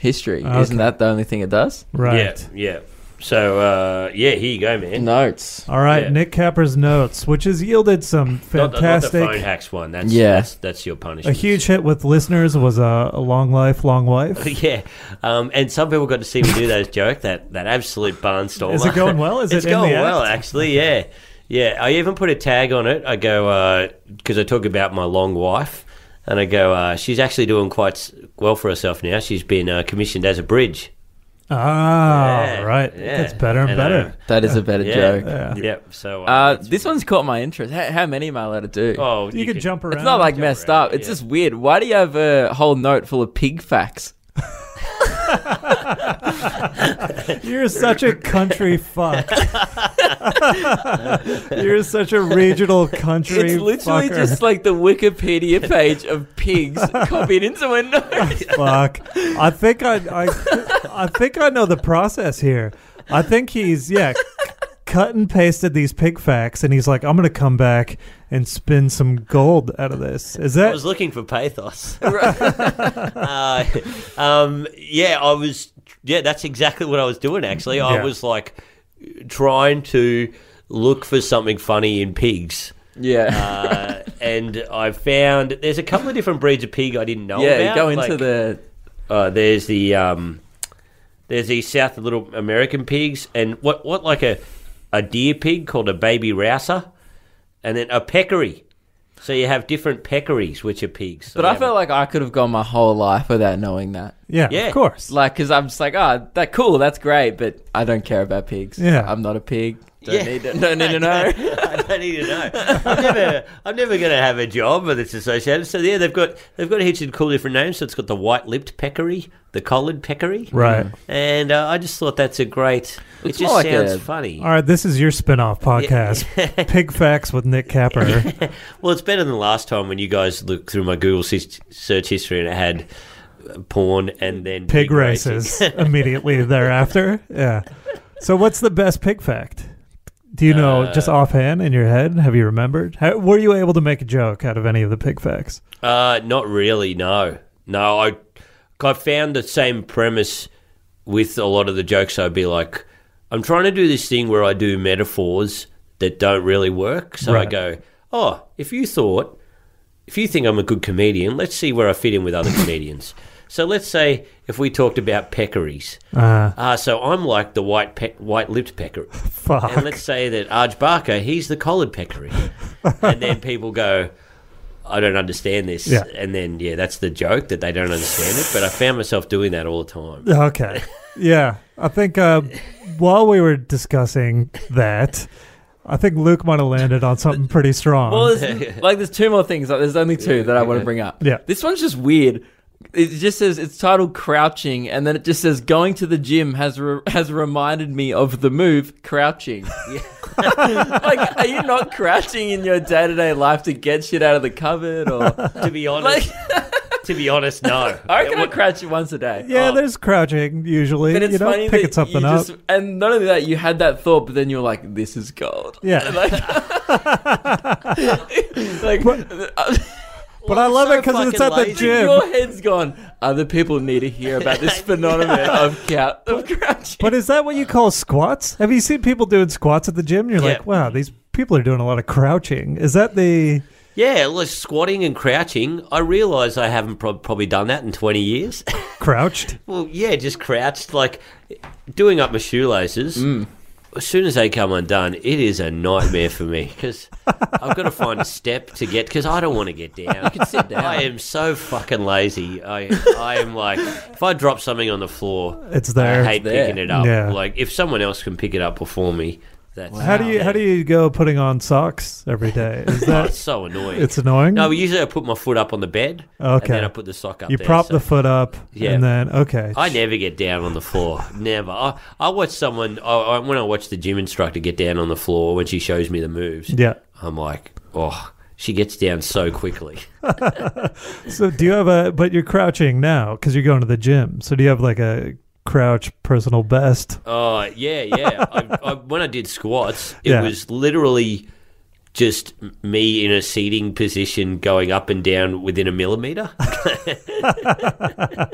history.
Okay.
Isn't that the only thing it does?
right.
Yeah, yeah. So, uh, yeah, here you go, man.
Notes.
All right,
Yeah.
Nick Capper's notes, which has yielded some
Not the, not the
fantastic.
phone hacks one. That's
Yeah.
that's, that's your
a
punishment.
huge hit with listeners was uh, a long life, long wife.
yeah, um, and some people got to see me do those joke that that absolute barnstormer.
Is it going well? Is
it's
it in
going
the act?
well, actually. Yeah, yeah. I even put a tag on it. I go because I talk about my long wife, and I go, uh, she's actually doing quite s- well for herself now. She's been uh, commissioned as a bridge.
Ah,
Yeah,
right.
yeah.
It's better and
And, uh,
better.
That is a better
Yeah.
joke.
Yeah.
Yeah. So
Uh,
it's-
this one's caught my interest. How, how many am I allowed to do?
Oh,
you, could jump around.
it's not like messed
around,
up. It's
yeah.
just weird. Why do you have a whole note full of pig facts?
You're such a country fuck. You're such a regional country.
It's literally
fucker.
just like the Wikipedia page of pigs copied into a note.
fuck. I think I, I, I think I know the process here. I think he's yeah, c- cut and pasted these pig facts, and he's like, I'm gonna come back and spin some gold out of this. Is
I
that
was looking for pathos. uh, um, yeah, I was. Yeah, that's exactly what I was doing. Actually,
Yeah.
I was like trying to look for something funny in pigs.
Yeah.
Uh, and I found there's a couple of different breeds of pig I didn't know
yeah,
about.
you go into
like,
the
uh, there's the um, there's these South Little American pigs, and what what like a a deer pig called a baby rouser, and then a peccary. So you have different peccaries, which are pigs. So
But
you
I
have
felt like I could have gone my whole life without knowing that.
yeah?
Yeah.
Of course.
Like, because I'm just like, oh, that cool, that's great, but I don't care about pigs.
Yeah.
I'm not a pig. Don't
Yeah.
need to, don't need to know.
I don't need to know. I'm never, I'm never going to have a job with it's associated. So yeah, they've got they've got heaps of cool different names. So it's got the white-lipped peccary, the collared peccary,
Right.
And uh, I just thought that's a great.
It's
it just
more like
sounds
a-
funny.
All right, this is your spin-off podcast, Pig Facts with Nick Capper.
Well, it's better than last time when you guys looked through my Google sis- search history and it had uh, porn and then
Pig races immediately thereafter. Yeah. So, what's the best pig fact? Do you know
Uh,
just offhand in your head? Have you remembered? How, were you able to make a joke out of any of the pig facts?
Uh, not really. No, no. I I found the same premise with a lot of the jokes. I'd be like, I'm trying to do this thing where I do metaphors that don't really work. So I
Right.
go, oh, if you thought, if you think I'm a good comedian, let's see where I fit in with other comedians. So let's say if we talked about peccaries.
Uh,
Uh, so I'm like the white pe- white lipped peccary.
fuck.
And let's say that Arj Barker, he's the collared peccary. and then people go, I don't understand this.
Yeah.
And then, yeah, that's the joke that they don't understand it. But I found myself doing that all the time.
Okay. Yeah. I think uh, while we were discussing that, I think Luke might have landed on something pretty strong.
Well, there's, like, there's two more things. Like, there's only two that I want to bring up.
Yeah.
This one's just weird. It just says it's titled "Crouching," and then it just says "Going to the gym has re- has reminded me of the move crouching." like, are you not crouching in your day to day life to get shit out of the cupboard, or
To be honest,
like?
to be honest, no.
I reckon I crouch once a day.
yeah,
oh.
there's crouching usually.
And it's
you know,
funny
picking
that
something
you
up.
just- and not only that, you had that thought, but then you were like, "This is gold."
Yeah.
like, like
but I love
so
it because it's at the
fucking lazy.
gym.
your head's gone. Other people need to hear about this phenomenon of couch of crouching.
But is that what you call squats? Have you seen people doing squats at the gym? You're
Yeah.
like, wow, these people are doing a lot of crouching. Is that the
Yeah, like squatting and crouching. I realise I haven't prob probably done that in 20 years.
Crouched.
well, yeah, just crouched, like doing up my shoelaces. As soon as they come undone, it is a nightmare for me because I've got to find a step to get because I don't want to get down. You can sit down. I am so fucking lazy. I I am like, if I drop something on the floor,
It's there.
I hate
there.
picking it up.
Yeah.
Like if someone else can pick it up before me, that's
How do you how do you go putting on socks every day? Is
Oh,
that
it's so annoying.
it's annoying?
No, usually I put my foot up on the bed.
Okay.
And then I put the sock up
you
there.
prop
so-
the foot up
Yeah.
and then okay.
I never get down on the floor. Never. I, I watch someone, I, I, when I watch the gym instructor get down on the floor when she shows me the moves,
Yeah.
I'm like, oh, she gets down so quickly.
So do you have a but you're crouching now cuz you're going to the gym. So do you have like a crouch personal best?
Oh, yeah, yeah. I, I, when I did squats, it
Yeah.
was literally just me in a seating position going up and down within a millimeter.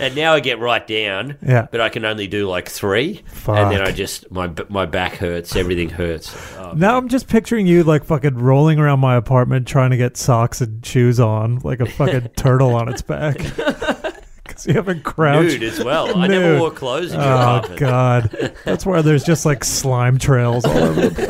and now I get right down,
Yeah.
but I can only do like three. And then I just, my, b- my back hurts, everything hurts. Oh,
Now I'm just picturing you like fucking rolling around my apartment trying to get socks and shoes on like a fucking turtle on its back. Cuz you haven't crouched.
nude as well. I never
Nude.
wore clothes in your
Oh
apartment.
god, that's where there's just like slime trails all over the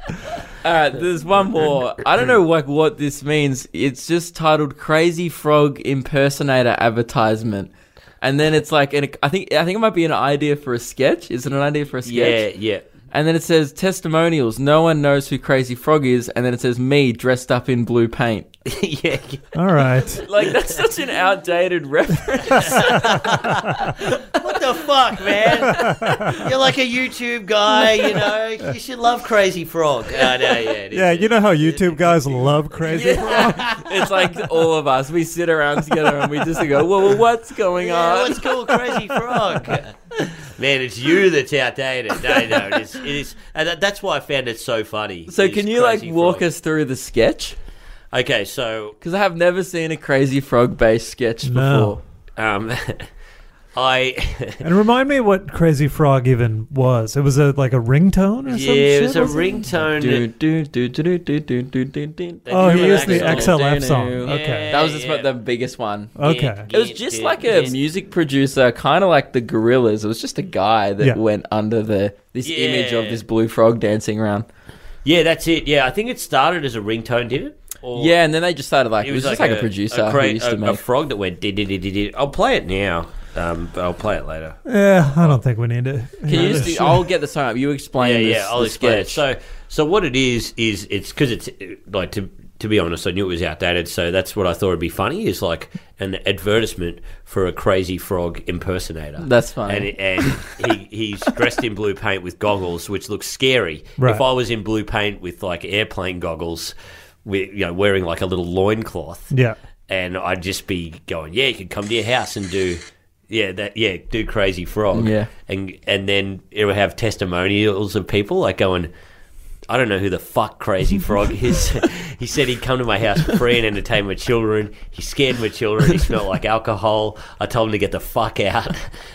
place.
All right, there's one more. I don't know like what this means. It's just titled "Crazy Frog Impersonator Advertisement," and then it's like, an, I think I think it might be an idea for a sketch. Is it an idea for a sketch?
Yeah, yeah.
And then it says testimonials. No one knows who Crazy Frog is, and then it says me dressed up in blue paint.
yeah.
All right.
Like that's such an outdated reference.
What the fuck, man? You're like a YouTube guy, you know. You should love Crazy Frog. I know, yeah. it is.
Yeah, you know how YouTube guys love crazy.
it's like all of us. We sit around together and we just go, "Well, what's going
Yeah,
on?"
what's called Crazy Frog? Man, it's you that's outdated. No, no, it is. It is and that, that's why I found it so funny.
So can you like walk us through the sketch?
Okay, so
Because I have never seen a Crazy Frog based sketch
No.
before.
um, I.
And remind me what Crazy Frog even was. It was a like a ringtone or something.
Yeah, it was a ringtone.
Do, do, do, do, do, do, do, do, do.
They
Oh,
do
he
an
used the
axle.
XLF song.
Yeah.
Okay. Oh.
That was just
Yeah.
the biggest one.
Okay.
It was just like a music producer, kind of like the Gorillas. It was just a guy that
Yeah.
went under the this
Yeah.
image of this blue frog dancing around.
Yeah, that's it. Yeah, I think it started as a ringtone, did it? Or
Yeah, and then they just started like it was, just like a, producer
cra-
who used to
a- a
make.
frog that went did did did did. did. I'll play it now. Um, but I'll play it later.
Yeah, I don't think we need to.
Can you just do, I'll get the song up. You explain.
yeah,
this,
yeah. I'll
the
explain. it.
sketch.
So, so what it is is it's because it's uh, like to to be honest, I knew it was outdated, so that's what I thought would be funny is like an advertisement for a crazy frog impersonator.
That's funny.
And, and he, he's dressed in blue paint with goggles, which looks scary.
Right.
If I was in blue paint with like airplane goggles, with you know wearing like a little loincloth,
Yeah.
and I'd just be going, "Yeah, you can come to your house and do, yeah, that, yeah, do Crazy Frog."
Yeah.
and and then it would have testimonials of people like going, "I don't know who the fuck Crazy Frog is." he said he'd come to my house for free and entertain my children. He scared my children. He smelled like alcohol. I told him to get the fuck out,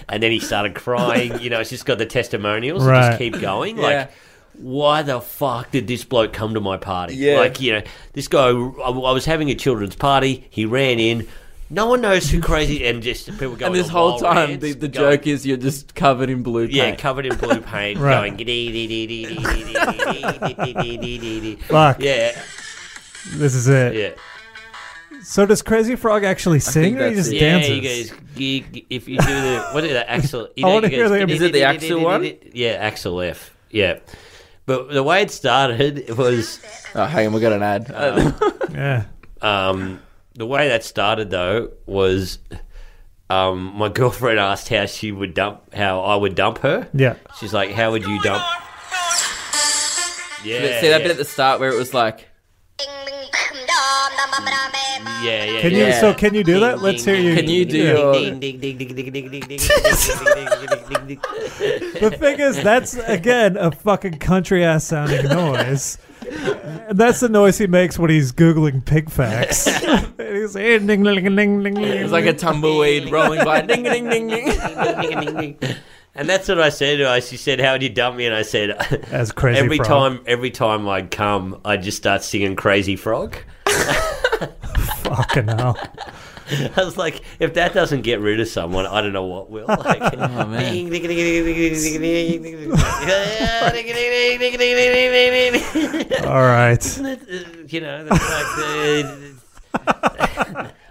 and then he started crying. You know, it's just got the testimonials. It
Right.
Just keep going,
Yeah.
like why the fuck did this bloke come to my party?
Yeah.
Like, you know, this guy, I, I was having a children's party, he ran in. No one knows who crazy and just people going.
and this
on
whole
wild
time,
rants,
the, the
going-
joke is you're just covered in blue paint.
yeah, covered in blue paint,
Right.
going. "Dee, dee, dee, dee, dee, dee, dee, dee, dee, dee, dee, dee, dee, dee."
Fuck.
Yeah,
This is it.
yeah.
So does Crazy Frog actually sing or he
that's
just
it.
Yeah,
dances?
he goes. "Gee, gee," If you do the what is that Axel? You
I
know,
wanna
he
hear
goes,
the-
"Dee,
Is
dee,
it the
dee, dee,
Axel
dee, dee,
one?
dee." Yeah, Axel F. Yeah, but the way it started was.
Oh, hang on, we got an ad.
yeah.
um, the way that started though was um, my girlfriend asked how she would dump how I would dump her.
Yeah.
She's like, "How would you dump?" Yeah,
See that
yeah.
bit at the start where it was like,
yeah, yeah.
Can you
yeah.
so can you do that? Let's hear you.
Can you do
Yeah.
your-
The thing is, that's again a fucking country ass sounding noise. And that's the noise he makes when he's googling pig facts. he's eh, ding, ding, ding, ding, ding.
it's like a tumbleweed rolling by, ding, ding, ding, ding.
and And that's what I said to her. She said, "How would you dump me?" And I said,
As Crazy
every
Frog.
time, every time I'd come, I'd just start singing "Crazy Frog."
Fucking hell.
I was like, if that doesn't get rid of someone, I don't know what will. Like,
Oh, man.
All right.
you know, that's like the-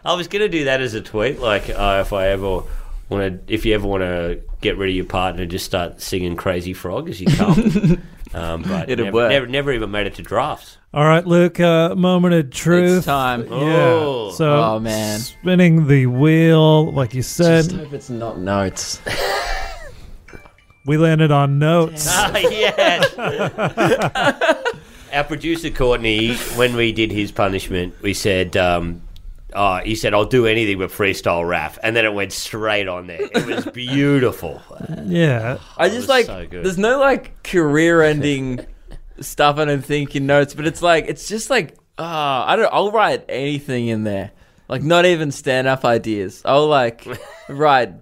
I was gonna do that as a tweet, like uh, if I ever want to, if you ever want to get rid of your partner, just start singing "Crazy Frog" as you come. um, but
It'll
never,
work.
never, never even made it to drafts.
All right, Luke. Uh, moment of truth.
It's time.
Yeah.
Oh.
So,
Oh, man.
spinning the wheel, like you said,
Just hope it's not notes.
we landed on notes.
Ah, yes. Our producer Courtney, when we did his punishment, we said, um, oh, he said, "I'll do anything but freestyle rap," and then it went straight on there. It was beautiful.
Yeah.
I just
was
like
so good.
there's no like career ending stuff I don't think in notes, but it's like it's just like ah I don't I'll write anything in there. Like not even stand up ideas. I'll like write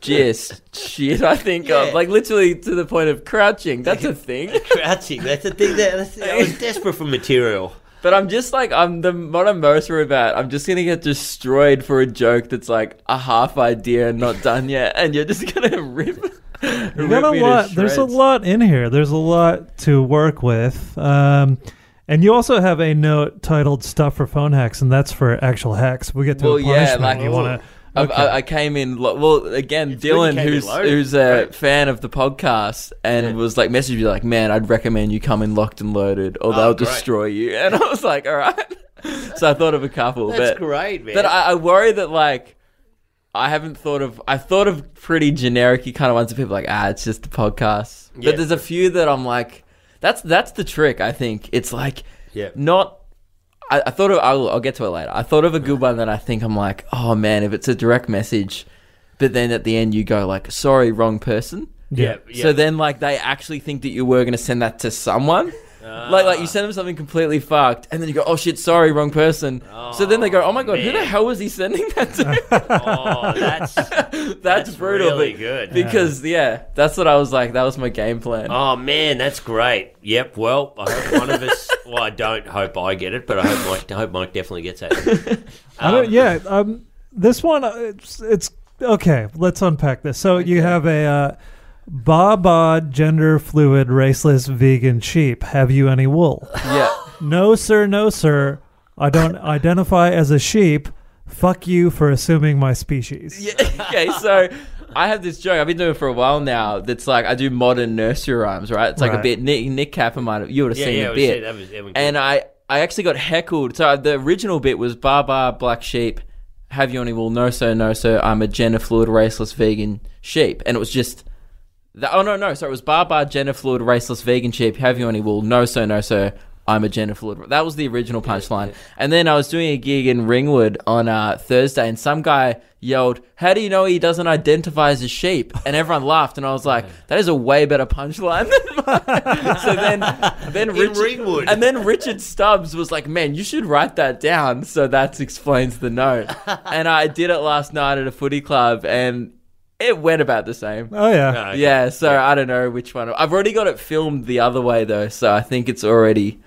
just shit I think
Yeah.
of. Like literally to the point of crouching. That's a thing.
Crouching. That's the thing. That that's, I was desperate for material.
But I'm just like I'm the what I'm most worried about, I'm just gonna get destroyed for a joke that's like a half idea and not done yet and you're just gonna rip
You got a lot. There's a lot in here. There's a lot to work with. Um, and you also have a note titled "Stuff for Phone Hacks," and that's for actual hacks. We get to
Well,
a
yeah,
punishment.
like-
you want to?
I, I, I came in lo- well again.
really
Dylan,
came in
who's
low,
who's a
right?
fan of the podcast, and was like messaged me like, "Man, I'd recommend you come in locked and loaded, or
Oh,
they'll
great.
destroy you." And I was like, "All right." so I thought of a couple,
That's
but
great, man.
but I, I worry that like I haven't thought of I thought of pretty generic kind of ones that people are like ah it's just the podcast.
Yeah.
But there's a few that I'm like that's that's the trick I think. It's like
Yeah.
not I, I thought of I'll, I'll get to it later. I thought of a good one that I think I'm like oh man if it's a direct message, but then at the end you go like sorry wrong person.
yeah, yeah.
So then, like, they actually think that you were going to send that to someone. Like,
Ah.
like you send them something completely fucked, and then you go, "Oh shit, sorry, wrong person." so then they go, "Oh my god, who the
man.
hell was he sending that to?"
oh, that's
that's,
that's
brutal.
really
but-
good.
Because yeah, that's what I was like. That was my game plan.
Oh man, that's great. Yep. Well, I hope one of us. Well, I don't hope I get it, but I hope Mike. I hope Mike definitely gets it.
I don't, yeah. Um, this one, uh, it's, it's okay. Let's unpack this. So you have a uh, Baba gender fluid raceless vegan sheep. Have you any wool?
Yeah,
no, sir. No, sir. I don't identify as a sheep. Fuck you for assuming my species.
yeah. Okay, so I have this joke I've been doing it for a while now. That's like I do modern nursery rhymes, right? It's like
Right.
a bit. Nick, Nick Kappa might have you would have
Yeah,
seen
yeah.
a
we
bit.
said that was, that was
and
good.
I I actually got heckled. So uh, the original bit was "Bar Bar Black Sheep, Have You Any Wool? No sir, no sir. I'm a gender fluid, raceless vegan sheep." And it was just the, oh no no sorry it was "Bar Bar gender fluid, raceless vegan sheep. Have you any wool? No sir, no sir. I'm a gender fluid. That was the original punchline. And then I was doing a gig in Ringwood on uh, Thursday, and some guy yelled, "How do you know he doesn't identify as a sheep?" And everyone laughed, and I was like, "That is a way better punchline than mine." so then, then
In
Richard,
Ringwood.
and then Richard Stubbs was like, "Man, you should write that down." So that explains the note. and I did it last night at a footy club, and it went about the same.
Oh yeah.
No, okay.
Yeah, so I don't know which one. I've already got it filmed the other way though, so I think it's already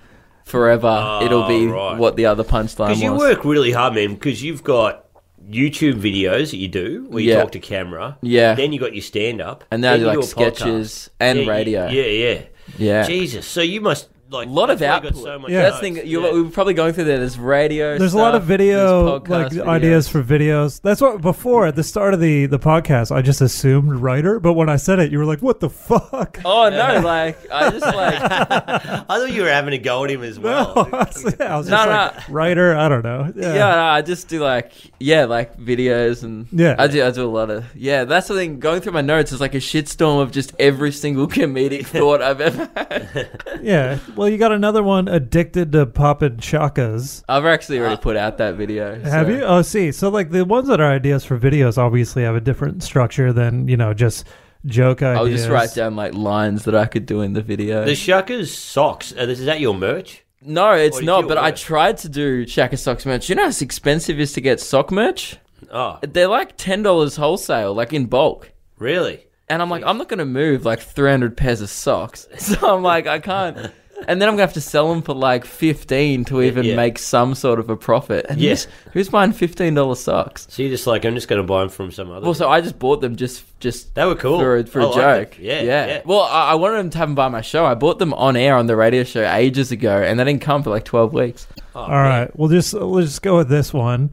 forever. It'll be
Ah, right.
what the other punchline was.
Because you work really hard, man. Because you've got YouTube videos that you do where you
Yeah.
talk to camera.
Yeah.
Then you got your stand up,
And now
then
you
you
like
do a podcast.
sketches and
Yeah, you-
radio.
Yeah, yeah,
Yeah.
Jesus, so you must like
A lot of
that's why you
output.
got so much
Yeah.
That's
notes.
the thing. You're,
Yeah.
We're probably going through there. There's radio.
There's a lot
stuff,
of video
there's
like
podcast
ideas
videos.
for videos. That's what before at the start of the the podcast I just assumed writer, but when I said it, you were like, "What the fuck?"
Oh no! Like I just like
I thought you were having a go at him as well.
I was, yeah, I was just
No,
like writer. I don't know. Yeah.
yeah. no, I just do like yeah, like videos and
Yeah.
I do. I do a lot of yeah. That's the thing. Going through my notes is like a shitstorm of just every single comedic thought I've ever had.
Yeah. Well, you got another one, addicted to poppin' chakas.
I've actually already put out that video.
Uh, Have
so-
you? Oh, see. So like the ones that are ideas for videos obviously have a different structure than you know just joke ideas.
I'll just write down like lines that I could do in the video.
The Shuckers socks. Are this, is that your merch?
no, it's
Or Oh, you
not.
do
But
it
I
work.
tried to do Shaka socks merch. You know how expensive it is to get sock merch?
Oh,
They're like ten dollars wholesale, like in bulk.
really?
And I'm like, I'm not going to move like 300 pairs of socks. So I'm like, I can't. And then I'm going to have to sell them for like 15 to even
yeah.
make some sort of a profit. And
Yeah.
who's, who's buying $15 socks?
So you're just like, I'm just going to buy them from some other.
Well, so I just bought them just just
They were cool.
for a, for
I
a
like
joke.
them. Yeah,
yeah.
yeah.
Well, I, I wanted them to have them by my show. I bought them on air on the radio show ages ago, and they didn't come for like 12 weeks.
Oh,
All right, we'll just we'll just go with this one.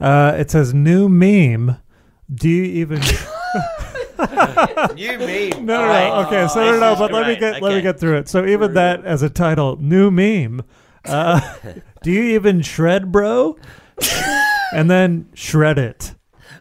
Uh, it says new meme. Do you even?
You mean
No, no, no. Okay, so no, no, no, but let me get let me get through it. So even that as a title, new meme. Uh, do you even shred, bro? and then shred it.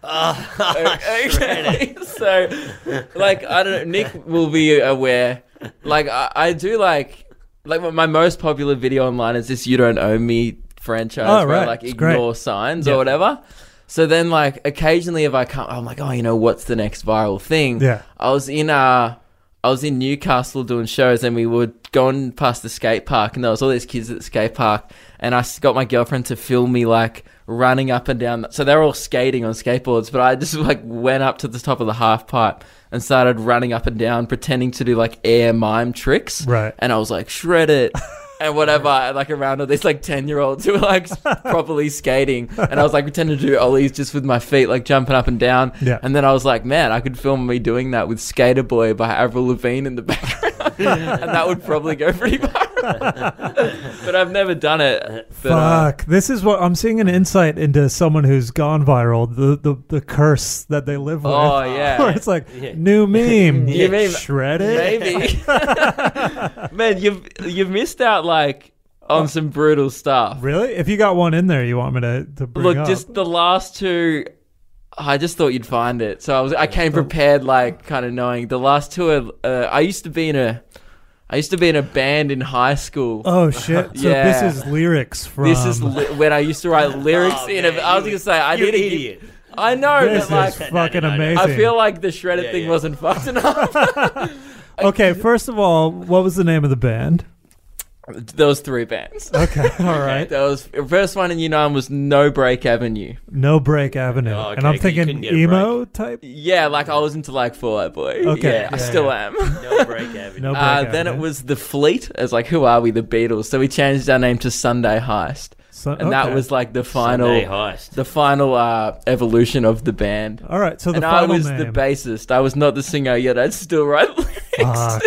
okay. so, like, I don't know. Nick will be aware. Like, I, I do like, like my- my most popular video online is this "You Don't Own Me" franchise,
Oh,
where I,
right.
like
It's great.
ignore signs
Yeah.
or whatever. So then, like, occasionally if I can't, I'm like, oh, you know, what's the next viral thing?
Yeah.
I was in uh, I was in Newcastle doing shows, and we were going past the skate park, and there was all these kids at the skate park, and I s- got my girlfriend to film me like running up and down. the- So they were all skating on skateboards, but I just like went up to the top of the half pipe and started running up and down, pretending to do like air mime tricks,
Right.
And I was like, shred it. And whatever, and, like around all these like ten year olds who were like s- properly skating, and I was like pretending to do ollies just with my feet, like jumping up and down,
Yeah.
and then I was like, man, I could film me doing that with Skater Boy by Avril Lavigne in the background. and that would probably go pretty viral. but I've never done it. But, uh,
Fuck. this is what I'm seeing an insight into someone who's gone viral. The the, the curse that they live with.
Oh, yeah.
Where it's like
Yeah.
new meme.
New meme.
Shred it.
maybe. man, you've, you've missed out like on some brutal stuff.
Really? If you got one in there, you want me to to bring
Look,
up?
just the last two. I just thought you'd find it, so I was. I came prepared, like kind of knowing the last two. Are, uh, I used to be in a, I used to be in a band in high school.
oh shit! So
Yeah.
this is lyrics from.
This is li- when I used to write lyrics
Oh,
in.
man,
a, I was
you-
gonna say I
you
need to give-
idiot.
I know,
this
but like,
is
no, no,
fucking
no, no.
amazing.
I feel like the shredded
Yeah,
thing
yeah.
wasn't fucked enough.
okay. First of all, what was the name of the band?
there was three bands.
Okay, all right.
There was first one in year nine was No Break Avenue.
No Break Avenue.
Oh, okay,
and I'm
you couldn't
thinking
get a
emo type.
Yeah, like I was into like Fall Out Boy.
Okay,
yeah,
yeah,
I still
yeah.
am.
No break, Avenue.
No Break
Uh, then it
Avenue.
was the Fleet as like who are we the Beatles? So we changed our name to Sunday Heist,
So-
and that
okay.
was like the final,
Sunday heist.
the final uh, evolution of the band.
all right. So Oh, the
and I
final
was
name.
the bassist. I was not the singer yet. I'd still write lyrics.
Fuck.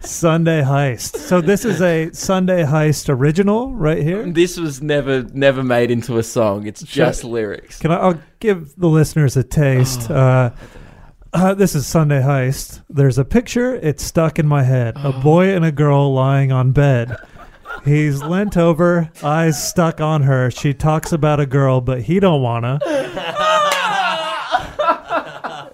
Sunday Heist. So this is a Sunday Heist original right here.
This was never never made into a song. It's
Sure.
just lyrics.
Can I? I'll give the listeners a taste.
Oh.
Uh, uh, this is Sunday Heist. There's a picture. It's stuck in my head.
Oh.
A boy and a girl lying on bed. He's leant over, eyes stuck on her. She talks about a girl, but he don't wanna.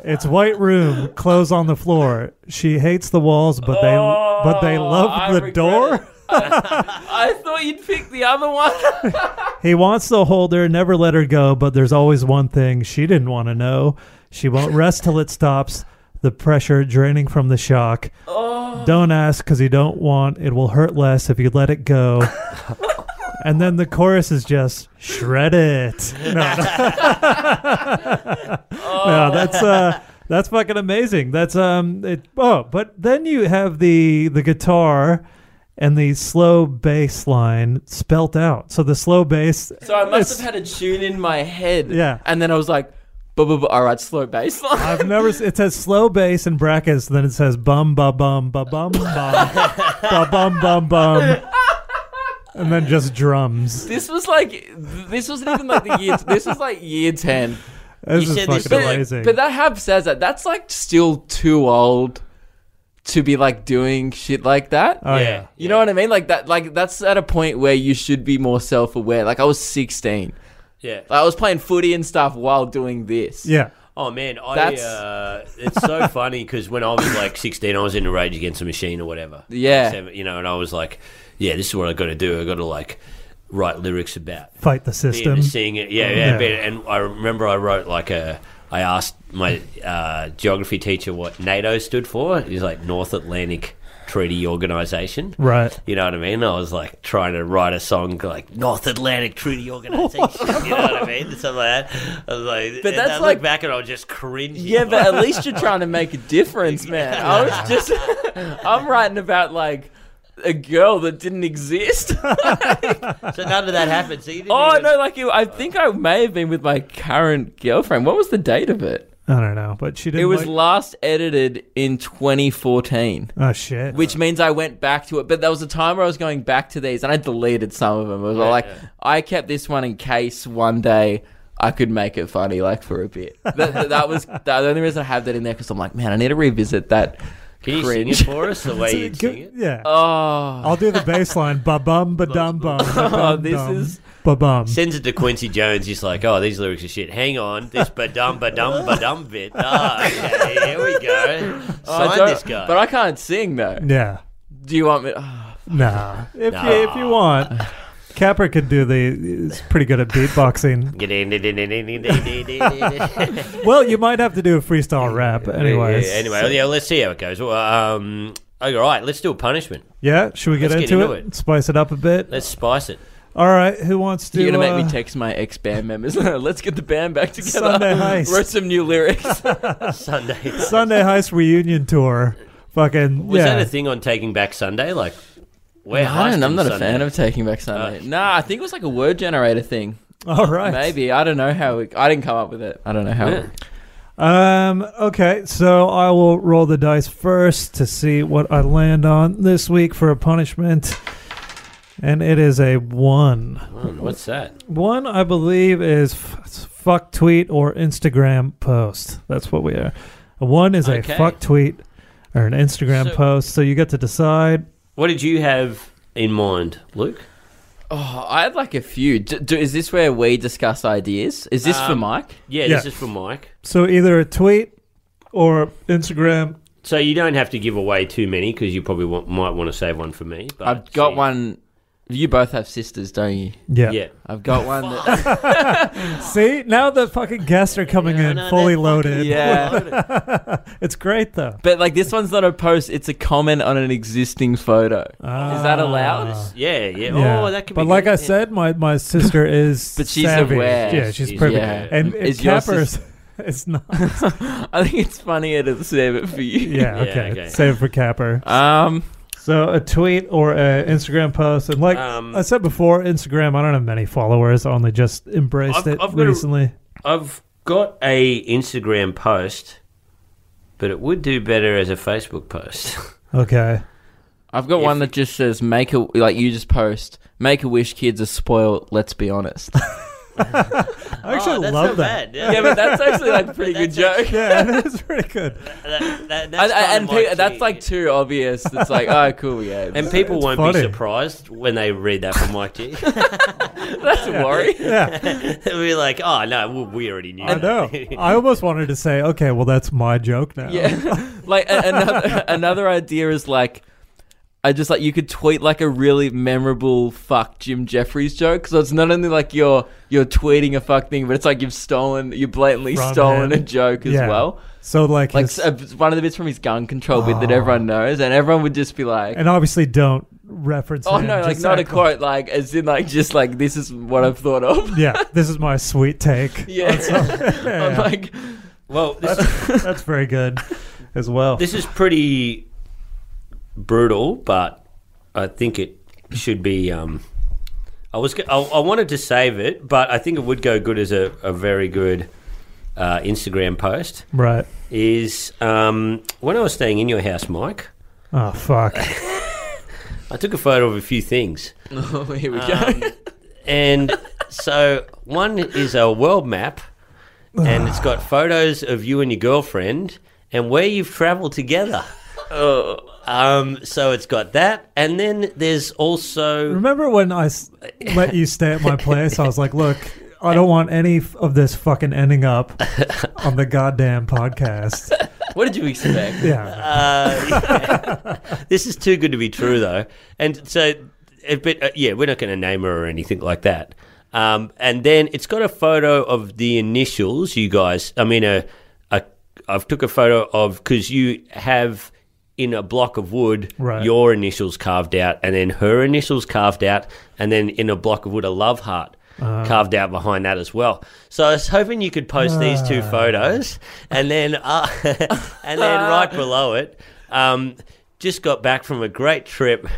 It's white room, clothes on the floor. She hates the walls, but they but they love
Oh, I
the
regret
door.
it. I thought you'd pick the other one.
He wants to hold her, never let her go, but there's always one thing she didn't want to know. She won't rest till it stops. The pressure draining from the shock. Don't ask because you don't want. It will hurt less if you let it go. and then the chorus is just shred it. No, no.
Oh.
No, that's uh, that's fucking amazing. That's um, it, oh, but then you have the the guitar. And the slow bass line spelt out. So the slow bass.
so I must
it's-
have had a tune in my head.
Yeah.
And then I was like, buh, buh, buh, all right, slow bass line.
I've never. s- It says slow bass in brackets, then it says bum ba bum ba bum bum ba bum bum bum, and then just drums.
This was like, this wasn't even like the year, this was like year 10.
This
You
is
said
fucking
this-
But,
amazing.
but that Hab says that. That's like still too old to be like doing shit like that.
oh yeah.
You know what I mean? Like that. Like that's at a point where you should be more self-aware. Like I was 16.
Yeah.
Like, I was playing footy and stuff while doing this.
yeah.
Oh man, I
That's-
uh, it's so funny because when I was like 16, I was into Rage Against the Machine or whatever.
Yeah.
Seven- you know, and I was like, yeah, this is what I got to do. I got to like write lyrics about
Fight the
being
system.
a singer. Yeah, yeah.
Yeah.
but- and I remember I wrote like a. I asked my uh, geography teacher what NATO stood for. He's like North Atlantic treaty organization.
Right.
You know what I mean? I was like trying to write a song like North Atlantic Treaty Organization. you know what I mean? Something like that. I was like,
But
and
that's
I look
like-
back and I was just cringing.
Yeah, but at least you're trying to make a difference, man. I was just, I'm writing about like a girl that didn't exist.
so none of that happened. So you didn't
oh
even-
no, like it, I think I may have been with my current girlfriend. What was the date of it?
I don't know, but she didn't.
It was
like-
last edited in 2014.
oh shit.
Which means I went back to it, but there was a time where I was going back to these, and I deleted some of them. I was like, I kept this one in case one day I could make it funny, like for a bit. That, that, that was the only reason I have that in there because I'm like, man, I need to revisit that.
Can you
cringe.
sing it for us the way you sing it?
yeah.
Oh,
I'll do the bass line. Ba bum ba dum bum.
Oh, this is-
ba bum.
Sends it to Quincy Jones. He's like, "Oh, these lyrics are shit. Hang on, this ba dum ba dum ba dum bit. Ah, okay, here we go.
Oh, I
Sign
don't-
this guy."
But I can't sing though.
Yeah.
Do you want me? Oh,
Nah. If
Nah.
you if you want, Capper could do the. Is pretty good at beatboxing. well, you might have to do a freestyle rap, anyways.
Yeah, anyway, yeah, let's see how it goes. Well, Um, all right, let's do a punishment.
Yeah. Should we get,
Let's
into,
get into
it?
it.
Spice it up a bit.
Let's spice it.
All right. Who wants to?
you're gonna make
uh,
me text my ex band members. Let's get the band back together.
Sunday heist.
Wrote some new lyrics.
Sunday.
Sunday Heist reunion tour. Fucking
Was
yeah.
that a thing on Taking Back Sunday? Like, where
I don't, I'm not a fan of Taking
Uh,
Back Sunday. nah, I think it was like a word generator thing.
All right.
Maybe I don't know how. It, I didn't come up with it. I don't know how.
Yeah.
Um. Okay. So I will roll the dice first to see what I land on this week for a punishment, and it is a one.
Hmm, What's that?
One, I believe, is f- fuck tweet or Instagram post. That's what we are. A one is
Okay.
a fuck tweet or an Instagram
So-
post. So you get to decide.
What did you have in mind, Luke?
Oh, I had like a few. D- do, is this where we discuss ideas? Is this for
Um,
Mike?
Yeah, this
Yeah.
is from Mike.
So either a tweet or Instagram.
So you don't have to give away too many because you probably want, might want to save one for me. But
I've got
see-
one. You both have sisters, don't you?
Yeah.
Yeah.
I've got one. That,
See, now the fucking guests are coming
Yeah,
in
no,
fully
they're fucking-
loaded.
yeah.
It's great though.
But like this one's not a post, it's a comment on an existing photo. Is that allowed?
Yeah, yeah.
Ah. Yeah.
Oh, that could
but
be.
like
good.
I said, my, my sister is
But she's
savvy.
aware.
Yeah, she's
She's
perfect.
aware.
And, and
Is your
Capper's it's not.
I think it's funnier to save it for you.
Yeah,
Yeah,
okay.
okay.
Save it for Capper.
Um,
So a tweet or an Instagram post, and like
Um,
I said before, Instagram. I don't have many followers. I only just embraced
I've-
it
I've got a-
recently.
I've got a Instagram post, but it would do better as a Facebook post.
okay.
I've got
If-
one that just says make a like you just post make a wish kids are spoiled. Let's be honest.
Oh,
I actually love that.
yeah, but that's actually like a pretty good joke.
Yeah, that's pretty good.
that, that-
I,
that's
I,
kind
and
of my
pe- that's
key.
like too obvious. It's like oh cool yeah.
And people
It's
won't
funny.
be surprised when they read that from Mike G.
that's a worry.
Yeah,
They'll be like, oh, no, we, we already knew
I
that."
know. I almost wanted to say, okay, well, that's my joke now.
Yeah, like a- another another idea is like. I just like you could tweet like a really memorable fuck Jim Jeffries joke, so it's not only like you're you're tweeting a fuck thing, but it's like you've stolen, you blatantly
From
stolen
him.
a joke as
Yeah.
well.
So like,
Like
his-
s- uh, one of the bits from his gun control bit that everyone knows, and everyone would just be like,
Oh. and obviously don't reference.
"Oh
him,
no, like
just
not a
act
quote, like as in like just like this is what I've thought of."
yeah, this is my sweet take.
Yeah, I'm
Yeah,
like
Well, this,
that's, that's very good as well.
this is pretty brutal, but I think it should be. Um, I was go- I, I wanted to save it, but I think it would go good as a, a very good uh, Instagram post.
right.
Is um, when I was staying in your house, Mike.
Oh fuck.
I took a photo of a few things,
oh, here we go.
and so one is a world map, and it's got photos of you and your girlfriend and where you've travelled together. Um, so it's got that, and then there's also
Remember when I s- let you stay at my place? I was like, look, I don't want any f- of this fucking ending up on the goddamn podcast.
What did you expect?
Yeah.
uh, this is too good to be true though, and so uh, but uh, yeah, we're not going to name her or anything like that. Um, and then it's got a photo of the initials, you guys. I mean, a, a I've took a photo of because you have in a block of wood,
Right.
your initials carved out, and then her initials carved out, and then in a block of wood, a love heart. carved out behind that as well. So I was hoping you could post these two photos, and then uh, and then right below it, um, just got back from a great trip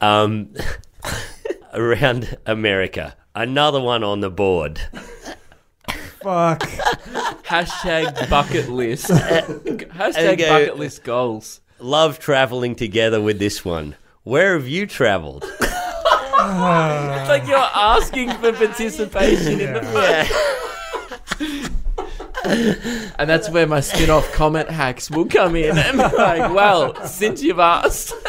um, around America. Another one on the board.
Fuck.
Hashtag bucket list. Hashtag
Okay.
bucket list goals.
Love traveling together with this one. Where have you traveled?
Uh,
It's like you're asking for participation in the And that's where my spin off comment hacks will come in and be like, well, since you've asked.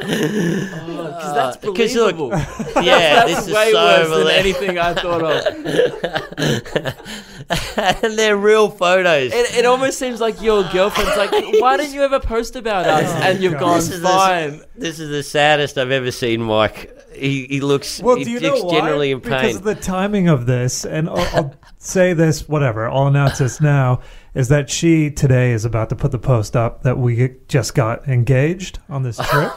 Because that's
Because look,
believable.
yeah,
that's
this is
way
so
worse than
believable.
anything I thought of.
and they're real photos.
It, it almost seems like your girlfriend's like, why didn't you ever post about us? and you've
God.
gone,
This
is-
fine.
this is the saddest I've ever seen Mike. He, he looks
Well,
he
do you know
looks
why?
generally in pain.
Because of the timing of this, and I'll, I'll say this, whatever, I'll announce this now, is that she today is about to put the post up that we just got engaged on this trip.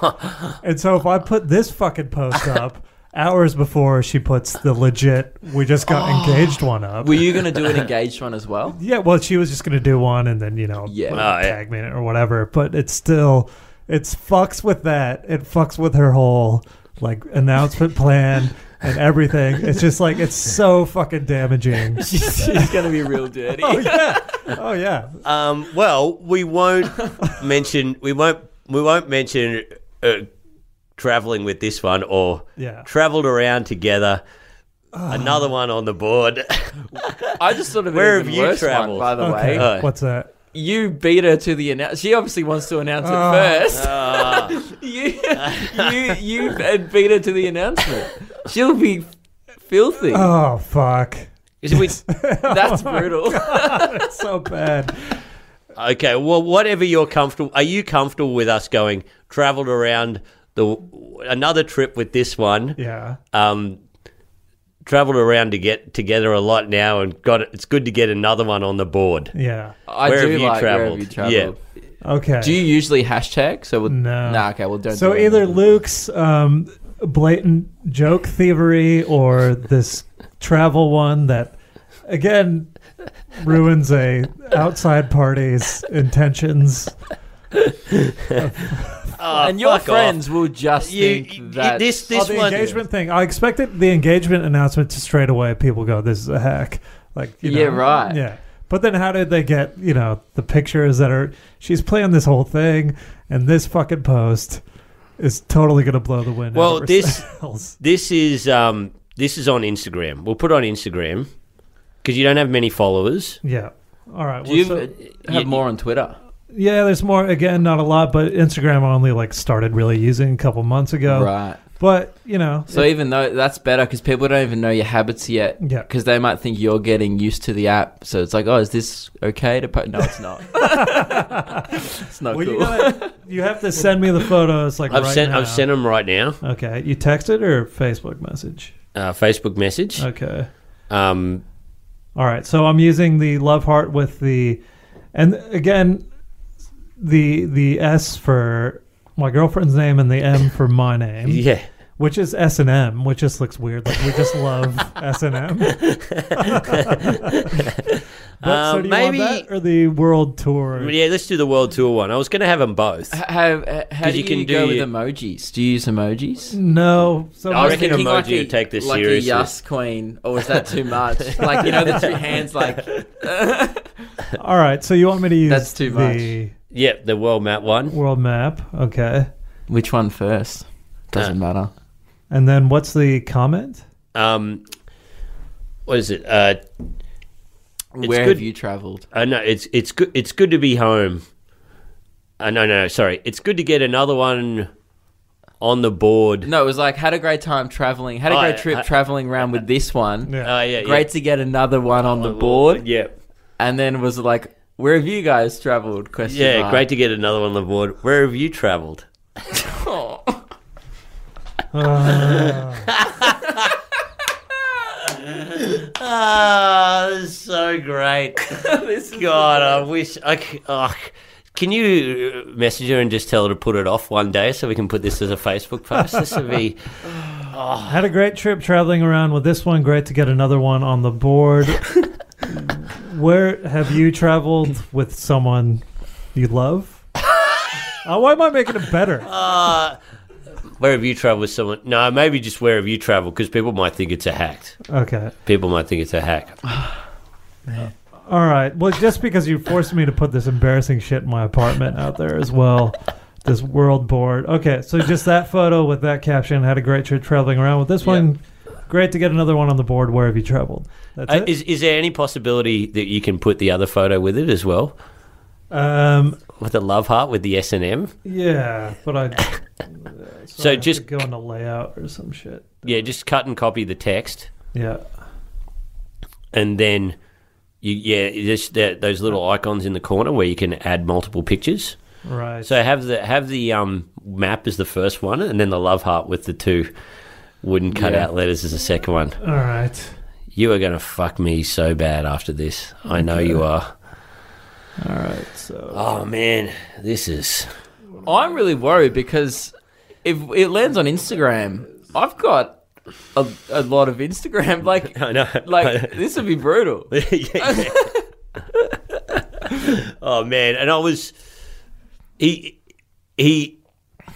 and so if I put this fucking post up hours before she puts the legit, we just got engaged one up.
Were you going to do an engaged one as well?
yeah, well, she was just going to do one and then, you know,
Yeah.
Oh, yeah.
tag me in it or whatever, but it's still, it's fucks with that. It fucks with her whole like announcement plan and everything. It's just like, it's so fucking damaging.
She's, she's going to be real dirty.
oh, yeah. Oh, yeah.
Uh,
Um, well, we won't mention we won't we won't mention uh, traveling with this one or
Yeah. Ah.
traveled around together. Another one on the board.
I just sort of
Where
an
have
even
you
worse One,
travelled?
by the
Okay.
way,
Uh,
What's that?
you beat her to the announce. She obviously wants to announce
Oh.
it first.
Ah,
you, you, you beat her to the announcement. She'll be filthy.
Oh, fuck.
is we,
That's brutal.
It's so bad.
okay, well, whatever you're comfortable. Are you comfortable with us going traveled around the another trip with this one?
Yeah.
um, traveled around to get together a lot now, and got it. It's good to get another one on the board.
Yeah.
I
Where
do
have you
like where have you
travelled?
traveled.
Yeah.
Okay.
Do you usually hashtag? So we'll,
No.
Nah, okay, well don't.
so
do
either
anything.
Luke's um, blatant joke thievery or this travel one that again ruins a outside party's intentions.
Oh,
and your
fuck
friends will just
off. You,
think
you-
that
this
Oh,
this
the
one.
engagement thing. I expected the engagement announcement to straight away people go, "This is a hack." Like you
Yeah,
know,
right.
Yeah. But then how did they get you know the pictures that are? She's playing this whole thing, and this fucking post is totally gonna blow the wind.
Well,
out of her
this-
sails.
This is um this is on Instagram. We'll put it on Instagram because you don't have many followers.
Yeah. All right.
Do
well,
you
so-
have
you-
more on Twitter?
Yeah, there's more. Again, not a lot, but Instagram I only like started really using a couple months ago.
Right.
But you know,
So even though that's better because people don't even know your habits yet,
Yeah.
because they might think you're getting used to the app. So it's like, oh, is this okay to put? No, it's not. it's not
well,
cool.
you, gotta, you have to send me the photos like
I've
right
sent
now.
I've sent them right now.
Okay, you texted or Facebook message?
Uh, Facebook message.
Okay.
Um,
All right. So I'm using the love heart with the, and again, the the S for my girlfriend's name and the M for my name.
yeah.
which is S and M, which just looks weird. Like we just love S and M. But so
Um,
do you want
maybe-
that or the world tour?
Yeah, let's do the world tour one. I was going to have them both.
H- How, h- how do
you
you,
can do
go with
your-
emojis? Do you use emojis?
No, so
I
much-
reckon
thinking
emoji would take this
like
seriously.
a yas queen, or is that too much? like you know, the two hands, like
all right. So you want me to use
That's too
the
Yeah, the world map one.
world map? Okay,
which one first? Doesn't
Uh,
matter.
and then what's the comment?
Um, what is it? Uh,
Where
good-
have you travelled?
I know Uh, it's it's good it's good to be home. Uh, no, no, sorry. It's good to get another one on the board.
No, it was like had a great time travelling. Had a
Oh,
great
I-
trip
I-
travelling around with this one.
Yeah.
Uh, yeah,
Great to get another one on
yeah.
the board.
Yeah,
and then was like, "Where have you guys traveled?" Question
yeah.
mark.
Great to get another one on the board. Where have you travelled?
Oh.
Ah.
Ah, this is so great.
This is
God, I wish I. c- oh, c- can you uh, message her and just tell her to put it off one day so we can put this as a Facebook post? This would be.
Had a great trip traveling around with this one. Great to get another one on the board. Where have you traveled with someone you love? Uh, why am I making it better?
Uh, where have you traveled with someone? No, maybe just where have you traveled because people might think it's a hack.
Okay.
People might think it's a hack.
All right. Well, just because you forced me to put this embarrassing shit in my apartment out there as well. This world board. Okay, so just that photo with that caption had a great trip traveling around with this
Yeah.
one. Great to get another one on the board. Where have you traveled? That's
Uh,
it.
is, is there any possibility that you can put the other photo with it as well?
Um,
With the love heart with the S and M?
yeah, but I.
So
I have to
just-
go into layout or some shit.
Yeah, just cut and copy the text,
Yeah.
and then you yeah, just that those little icons in the corner where you can add multiple pictures.
Right.
So have the have the um, map as the first one, and then the love heart with the two wooden cut out letters as the second one.
All right.
You are gonna fuck me so bad after this. I know you are.
All right. So
Oh man, this is
I'm really worried because if it lands on Instagram, I've got a, a lot of Instagram. Like,
I know.
like this would be brutal.
oh man, and I was he he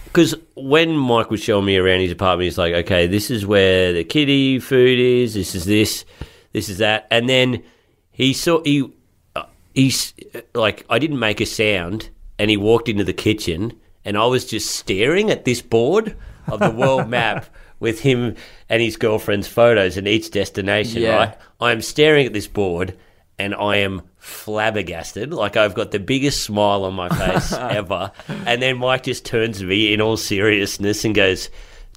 because when Mike was showing me around his apartment, he's like, "Okay, this is where the kiddie food is. This is this, this is that," and then he saw he uh, he's uh, like, I didn't make a sound, and he walked into the kitchen, and I was just staring at this board of the world map. With him and his girlfriend's photos and each destination,
Yeah.
right? I am staring at this board and I am flabbergasted. Like I've got the biggest smile on my face ever. And then Mike just turns to me in all seriousness and goes,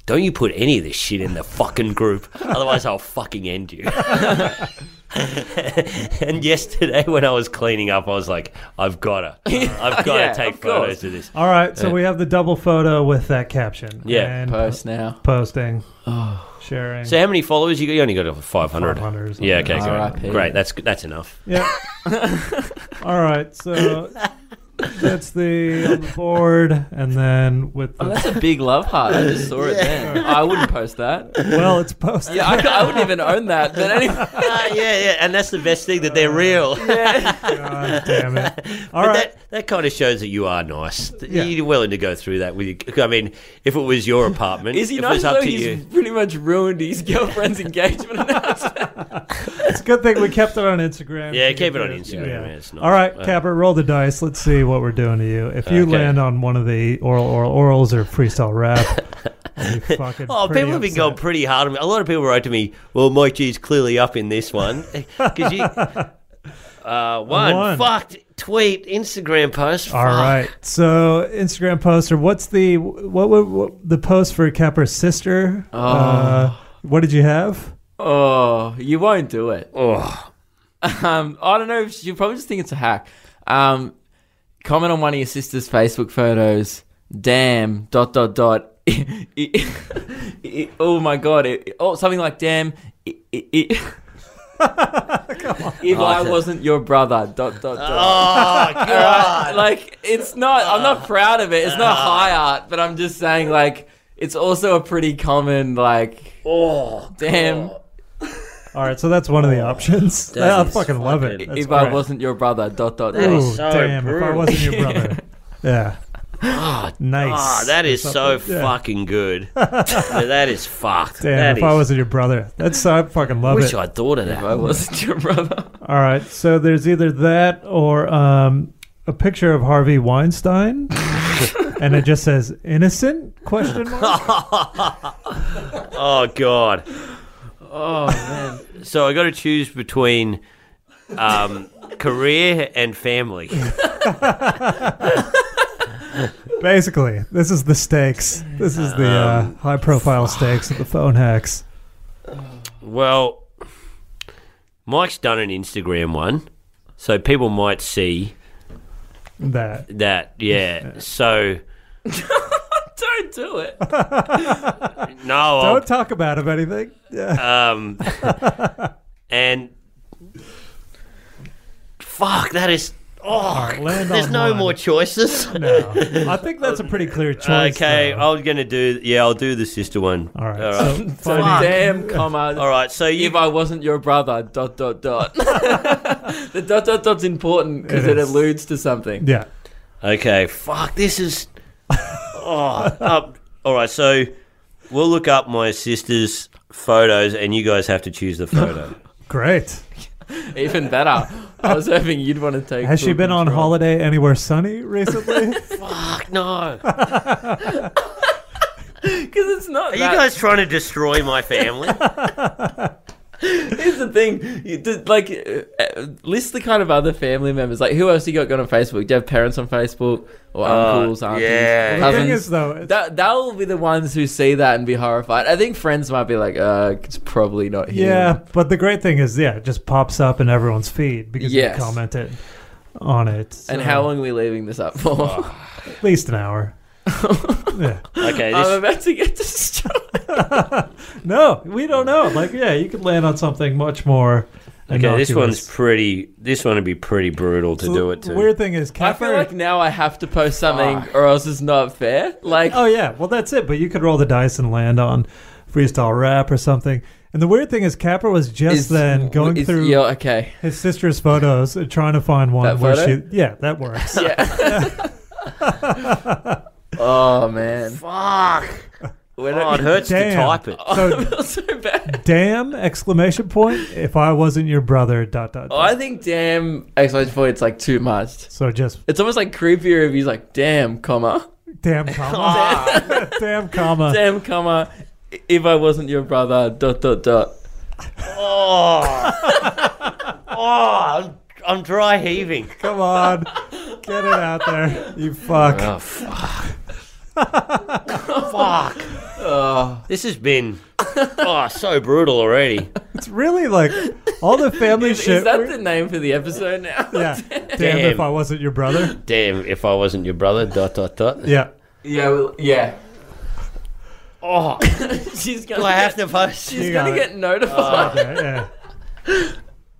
Don't you put any of this shit in the fucking group. Otherwise I'll fucking end you. and yesterday when I was cleaning up, I was like, I've gotta I've gotta
Yeah,
take
of course.
photos of this.
all right. So we have the double photo with that caption.
Yeah. Oh.
And
Post now.
posting. Sharing.
So how many followers you got? You only got five hundred.
500 or something.
Yeah, okay,
RIP.
great. Great, that's that's enough.
Yeah. all right. So that's the, on the board, and then with
Oh,
the,
that's a big love heart. I just saw it then. I wouldn't post that.
well, it's posted.
Yeah, I, c- I wouldn't even own that. But anyway,
Ah, yeah, yeah, and that's the best thing that they're real.
God damn it. All
but
right.
that, that kind of shows that you are nice. That
Yeah.
You're willing to go through that with your, I mean, if it was your apartment,
is he
if it
nice
was up
though?
to
He's
you.
pretty much ruined his girlfriend's engagement announcement.
it's a good thing we kept it on Instagram.
Yeah,
You
keep
can
it on
do
Instagram, yeah, it's nice.
All right,
Uh,
Capper, roll the dice. Let's see what we're doing to you. If you
Okay.
land on one of the oral oral orals or freestyle rap, I'll be fucking
Oh,
pretty
people have been
upset.
going pretty hard on me. A lot of people wrote to me, well, Mike G's clearly up in this one. Because you. Uh, one,
One.
fucked tweet, Instagram post.
All right. So Instagram poster. What's the what, what, what the post for Capper's sister?
Oh.
Uh, what did you have?
Oh, you won't do it.
Oh,
Um, I don't know. if You probably just think it's a hack. Um, comment on one of your sister's Facebook photos. Damn. Dot dot dot. I- I- I- oh my god. It, oh, something like damn. I- I- I- if I wasn't your brother. Dot dot dot.
Oh, Ah, God.
Like it's not. I'm not proud of it. It's not high art, but I'm just saying like it's also a pretty common like
oh,
damn.
All right. So that's one of the options.
That
I
is
fucking love it.
fucking-
That's
if I
great.
wasn't your brother. Dot dot
That
dot.
is
Ooh,
so
damn! If I
brutal.
wasn't your brother, yeah. nice.
Ah, that is so
Yeah.
fucking good. that is fucked.
Damn!
That
if I
is-
wasn't your brother, that's so I fucking love
wish
it.
I thought of
If
that.
I wasn't your brother.
All right, so there's either that or um, a picture of Harvey Weinstein, and it just says "innocent?" question mark.
Oh god.
Oh man.
So I got to choose between um, career and family.
Basically, this is the stakes. This is the
Um,
uh, high-profile stakes of the phone hacks.
Well, Mike's done an Instagram one, so people might see
That
that. Yeah. So
Don't do it.
no, I'll-
don't talk about of anything. Yeah.
um, and fuck, that is. Oh,
land
there's
on
no
one.
more choices.
No, I think that's a pretty clear choice.
okay,
though.
I was gonna do. Yeah, I'll do the sister one.
All right.
All right.
So,
So
finding-
damn, comma.
All right, so you
If I wasn't your brother, dot dot dot. the dot dot dot's important because
It
it,
is.
alludes to something.
yeah.
Okay, fuck, this is. oh, um, all right, so we'll look up my sister's photos and you guys have to choose the photo.
Great.
Even better. I was hoping you'd want to take.
Has she
full
been on
control.
holiday anywhere sunny recently?
fuck, no.
Because it's not.
Are you
that.
guys trying to destroy my family?
Here's the thing, you did, like, uh, uh, list the kind of other family members. Like, who else you got going on Facebook? Do you have parents on Facebook or uncles, aunties,
Uh, yeah.
the thing
cousins?
is, though, it's-
that that will be the ones who see that and be horrified. I think friends might be like, uh, it's probably not him.
yeah, but the great thing is, yeah, it just pops up in everyone's feed because
Yes.
you commented on it.
And
so
how long are we leaving this up for?
At least an hour. yeah.
Okay,
I'm
this,
about to get destroyed.
No, we don't know. Like, yeah, you could land on something much more.
okay, this
innocuous.
one's pretty. This one would be pretty brutal to
So
do it
the
to.
Weird thing is,
I
Kaffir.
feel like now I have to post something, or else it's not fair. Like,
oh yeah, well that's it. But you could roll the dice and land on freestyle rap or something. And the weird thing is, Capper was just
is-
then going
is-
through
Yeah, okay.
his sister's photos and trying to find one
That
where she.
photo?
Yeah, that works.
Yeah. oh man,
Fuck.
When
Oh, it hurts to
Damn.
type it.
So,
I feel so bad.
damn! Exclamation point! If I wasn't your brother, dot dot.
Oh,
dot.
I think damn exclamation point. It's like too much.
so just
It's almost like creepier if he's like damn comma
damn comma, damn comma.
damn comma. If I wasn't your brother, dot dot dot.
Oh. oh, I'm, I'm dry heaving.
Come on, get it out there, you fuck.
Oh, fuck. fuck.
Oh,
This has been oh so brutal already.
It's really like all the family
is,
shit.
is that
we-
the name for the episode now?
yeah. Damn, if I wasn't your brother.
Damn, if I wasn't your brother, dot dot dot.
Yeah.
yeah, well, yeah.
Oh,
She's
do
gonna.
I have
get,
to post?
She's
You
gonna
got it.
get notified.
Okay, yeah.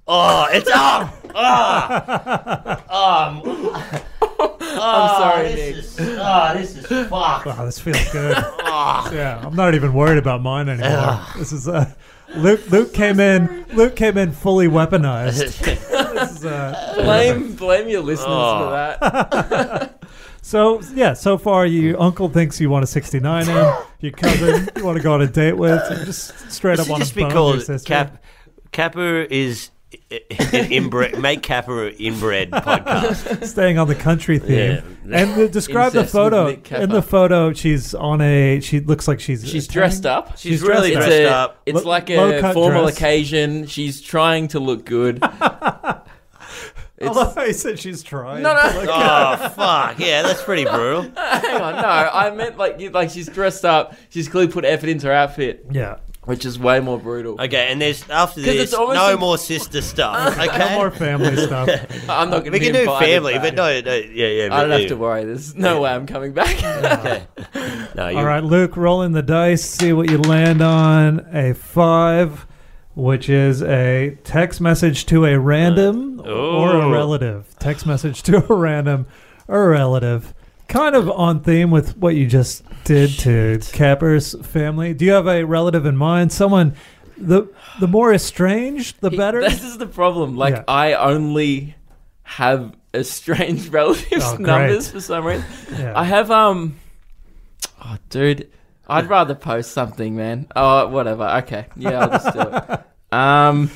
Oh, it's up. Ah, ah. Um, oh,
I'm sorry, Nick.
this is ah, this is fuck.
Wow, Oh, this feels good.
Ah.
yeah, I'm not even worried about mine anymore. This is uh, Luke. Luke came in. Luke came in fully weaponized. This is, uh,
Blame blame your listeners
Oh.
for that.
so yeah, so far you uncle thinks you want a 69 in. Your cousin you want to go on a date with. You just straight
Should
up want
just
to
be
bone your
called
sister.
Cap. Kappa is an inbred. Make Kappa an inbred podcast.
staying on the country theme.
Yeah.
And the, describe the
Incest with
photo.
Nick Kappa.
In the photo, she's on a. She looks like she's.
She's dressed up.
She's really
it's
dressed
a,
up.
It's
Look-
like a
low-cut
formal
dress.
occasion. She's trying to look good.
I love how you Oh, said she's trying.
No, no.
Oh fuck! Yeah, that's pretty brutal.
Hang on, no, I meant like you, like she's dressed up. She's clearly put effort into her outfit,
Yeah.
which is way more brutal.
Okay, and there's after
'Cause
this,
it's almost
no
in-
more sister stuff. Okay,
No more family stuff.
I'm not going to
we can do family, but no, no, yeah, yeah.
I don't
but
have to
yeah.
worry. There's no way I'm coming back.
Okay. No, you,
All right, Luke, rolling the dice. See what you land on. A five, which is a text message to a random or a
Oh.
relative. Text message to a random or a relative. Kind of on theme with what you just did to Capper's family. Do you have a relative in mind? Someone. The the more estranged, the better.
This is the problem. Like
Yeah.
I only have estranged relatives
Oh, great.
numbers for some reason.
Yeah.
I have um. Oh, dude, I'd rather post something, man. Oh, whatever. Okay, yeah, I'll just do it. Um,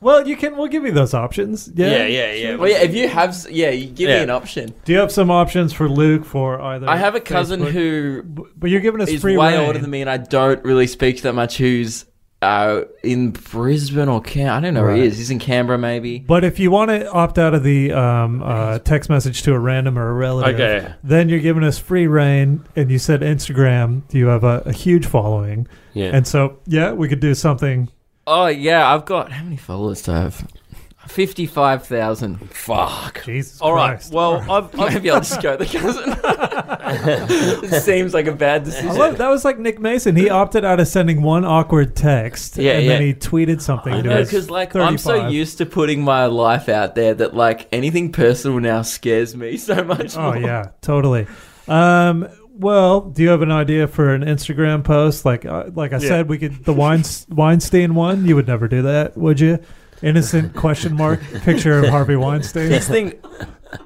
well, you can. We'll give you those options. Yeah.
yeah, yeah, yeah.
well, yeah, if you have, s- yeah, you give
Yeah.
me an option.
Do you have some options for Luke for either?
I have a cousin
Facebook-
who
But you're giving us
is
free
way
reign.
older than me, and I don't really speak to that much. Who's uh, in Brisbane or Cam? I don't know where he
Right.
is. He's in Canberra, maybe.
But if you want to opt out of the um, uh, text message to a random or a relative,
Okay.
then you're giving us free reign. And you said Instagram, you have a, a huge following.
Yeah.
And so, yeah, we could do something.
Oh yeah, I've got how many followers do I have? Fifty-five thousand.
Fuck.
Jesus
All right.
Christ.
Well, I've, I've
Maybe I'll just go the cousin. it seems like a bad
I
decision.
love, that was like Nick Mason. He opted out of sending one awkward text,
Yeah,
and then
yeah.
he tweeted something. to his
because like I'm so
35.
used to putting my life out there that like anything personal now scares me so much.
Oh
more.
yeah, totally. Um, well, do you have an idea for an Instagram post? Like, uh, like I
Yeah.
said, we could the Wein- Weinstein one. You would never do that, would you? Innocent question mark picture of Harvey Weinstein.
This thing,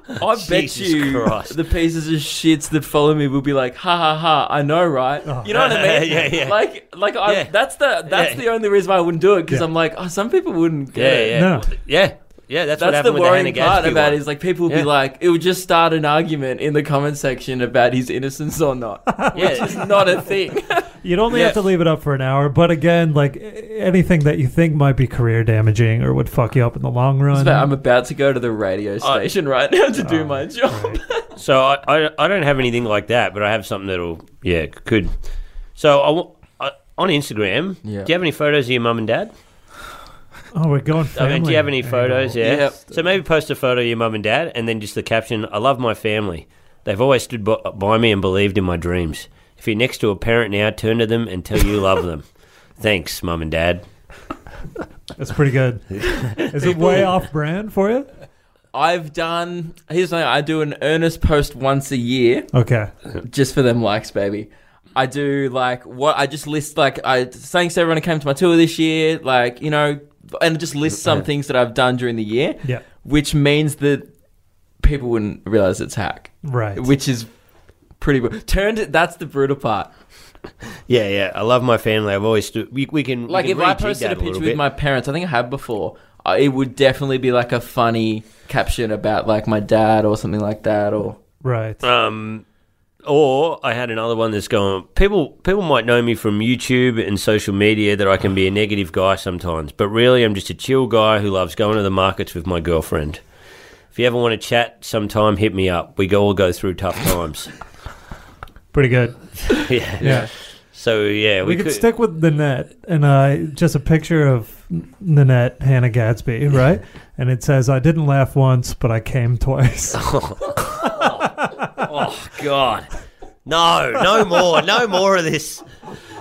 I bet
Jesus
you
Christ.
the pieces of shits that follow me will be like, ha ha ha. I know, right?
Oh.
You know what I mean?
Yeah, yeah.
Like, like I,
Yeah.
that's the that's
Yeah.
the only reason why I wouldn't do it because
Yeah.
I'm like, oh, some people wouldn't get
Yeah,
it.
yeah.
No.
Yeah. Yeah, that's, what
That's the
happened with the
worrying
Hannah
part
Gadsby
about
one.
it is like people will
Yeah.
be like, it would just start an argument in the comment section about his innocence or not, which
Yeah.
is not a thing.
You'd only have to
Yeah.
leave it up for an hour, but again, like a- anything that you think might be career damaging or would fuck you up in the long
It's
run.
about-
um,
I'm about to go to the radio station right now to do my job.
Right.
So I, I, I don't have anything like that, but I have something that'll yeah could. So I, wa- I on Instagram.
Yeah.
Do you have any photos of your mum and dad?
Oh, we're going.
I mean,
family
do you have any
angle.
photos? Yeah.
Yep.
So maybe post a photo of your mum and dad, and then just the caption: "I love my family. They've always stood by, by me and believed in my dreams. If you're next to a parent now, turn to them and tell you love them. Thanks, mum and dad.
That's pretty good. Is it way off brand for you?
I've done. Here's something I do an earnest post once a year
Okay.
just for them likes, baby. I do like what I just list like I thanks to everyone who came to my tour this year, like you know, and just list some things that I've done during the year,
Yeah.
which means that people wouldn't realize it's hack,
Right.
which is pretty br- turned. That's the brutal part.
Yeah, yeah. I love my family. I've always stood. We, we can
Like
we
if
can
I
rejig
posted a
that little
picture
bit.
with my parents, I think I have before. uh, It would definitely be like a funny caption about like my dad or something like that, or
right.
Um, or I had another one that's going. People people might know me from YouTube and social media that I can be a negative guy sometimes, but really I'm just a chill guy who loves going to the markets with my girlfriend. If you ever want to chat sometime, hit me up. We all go through tough times.
Pretty good.
yeah.
Yeah.
So yeah,
We,
we,
could, stick with Nanette and uh, just a picture of N- Nanette Hannah Gadsby, right? and it says, "I didn't laugh once, but I came twice."
Oh God. No, no more, no more of this.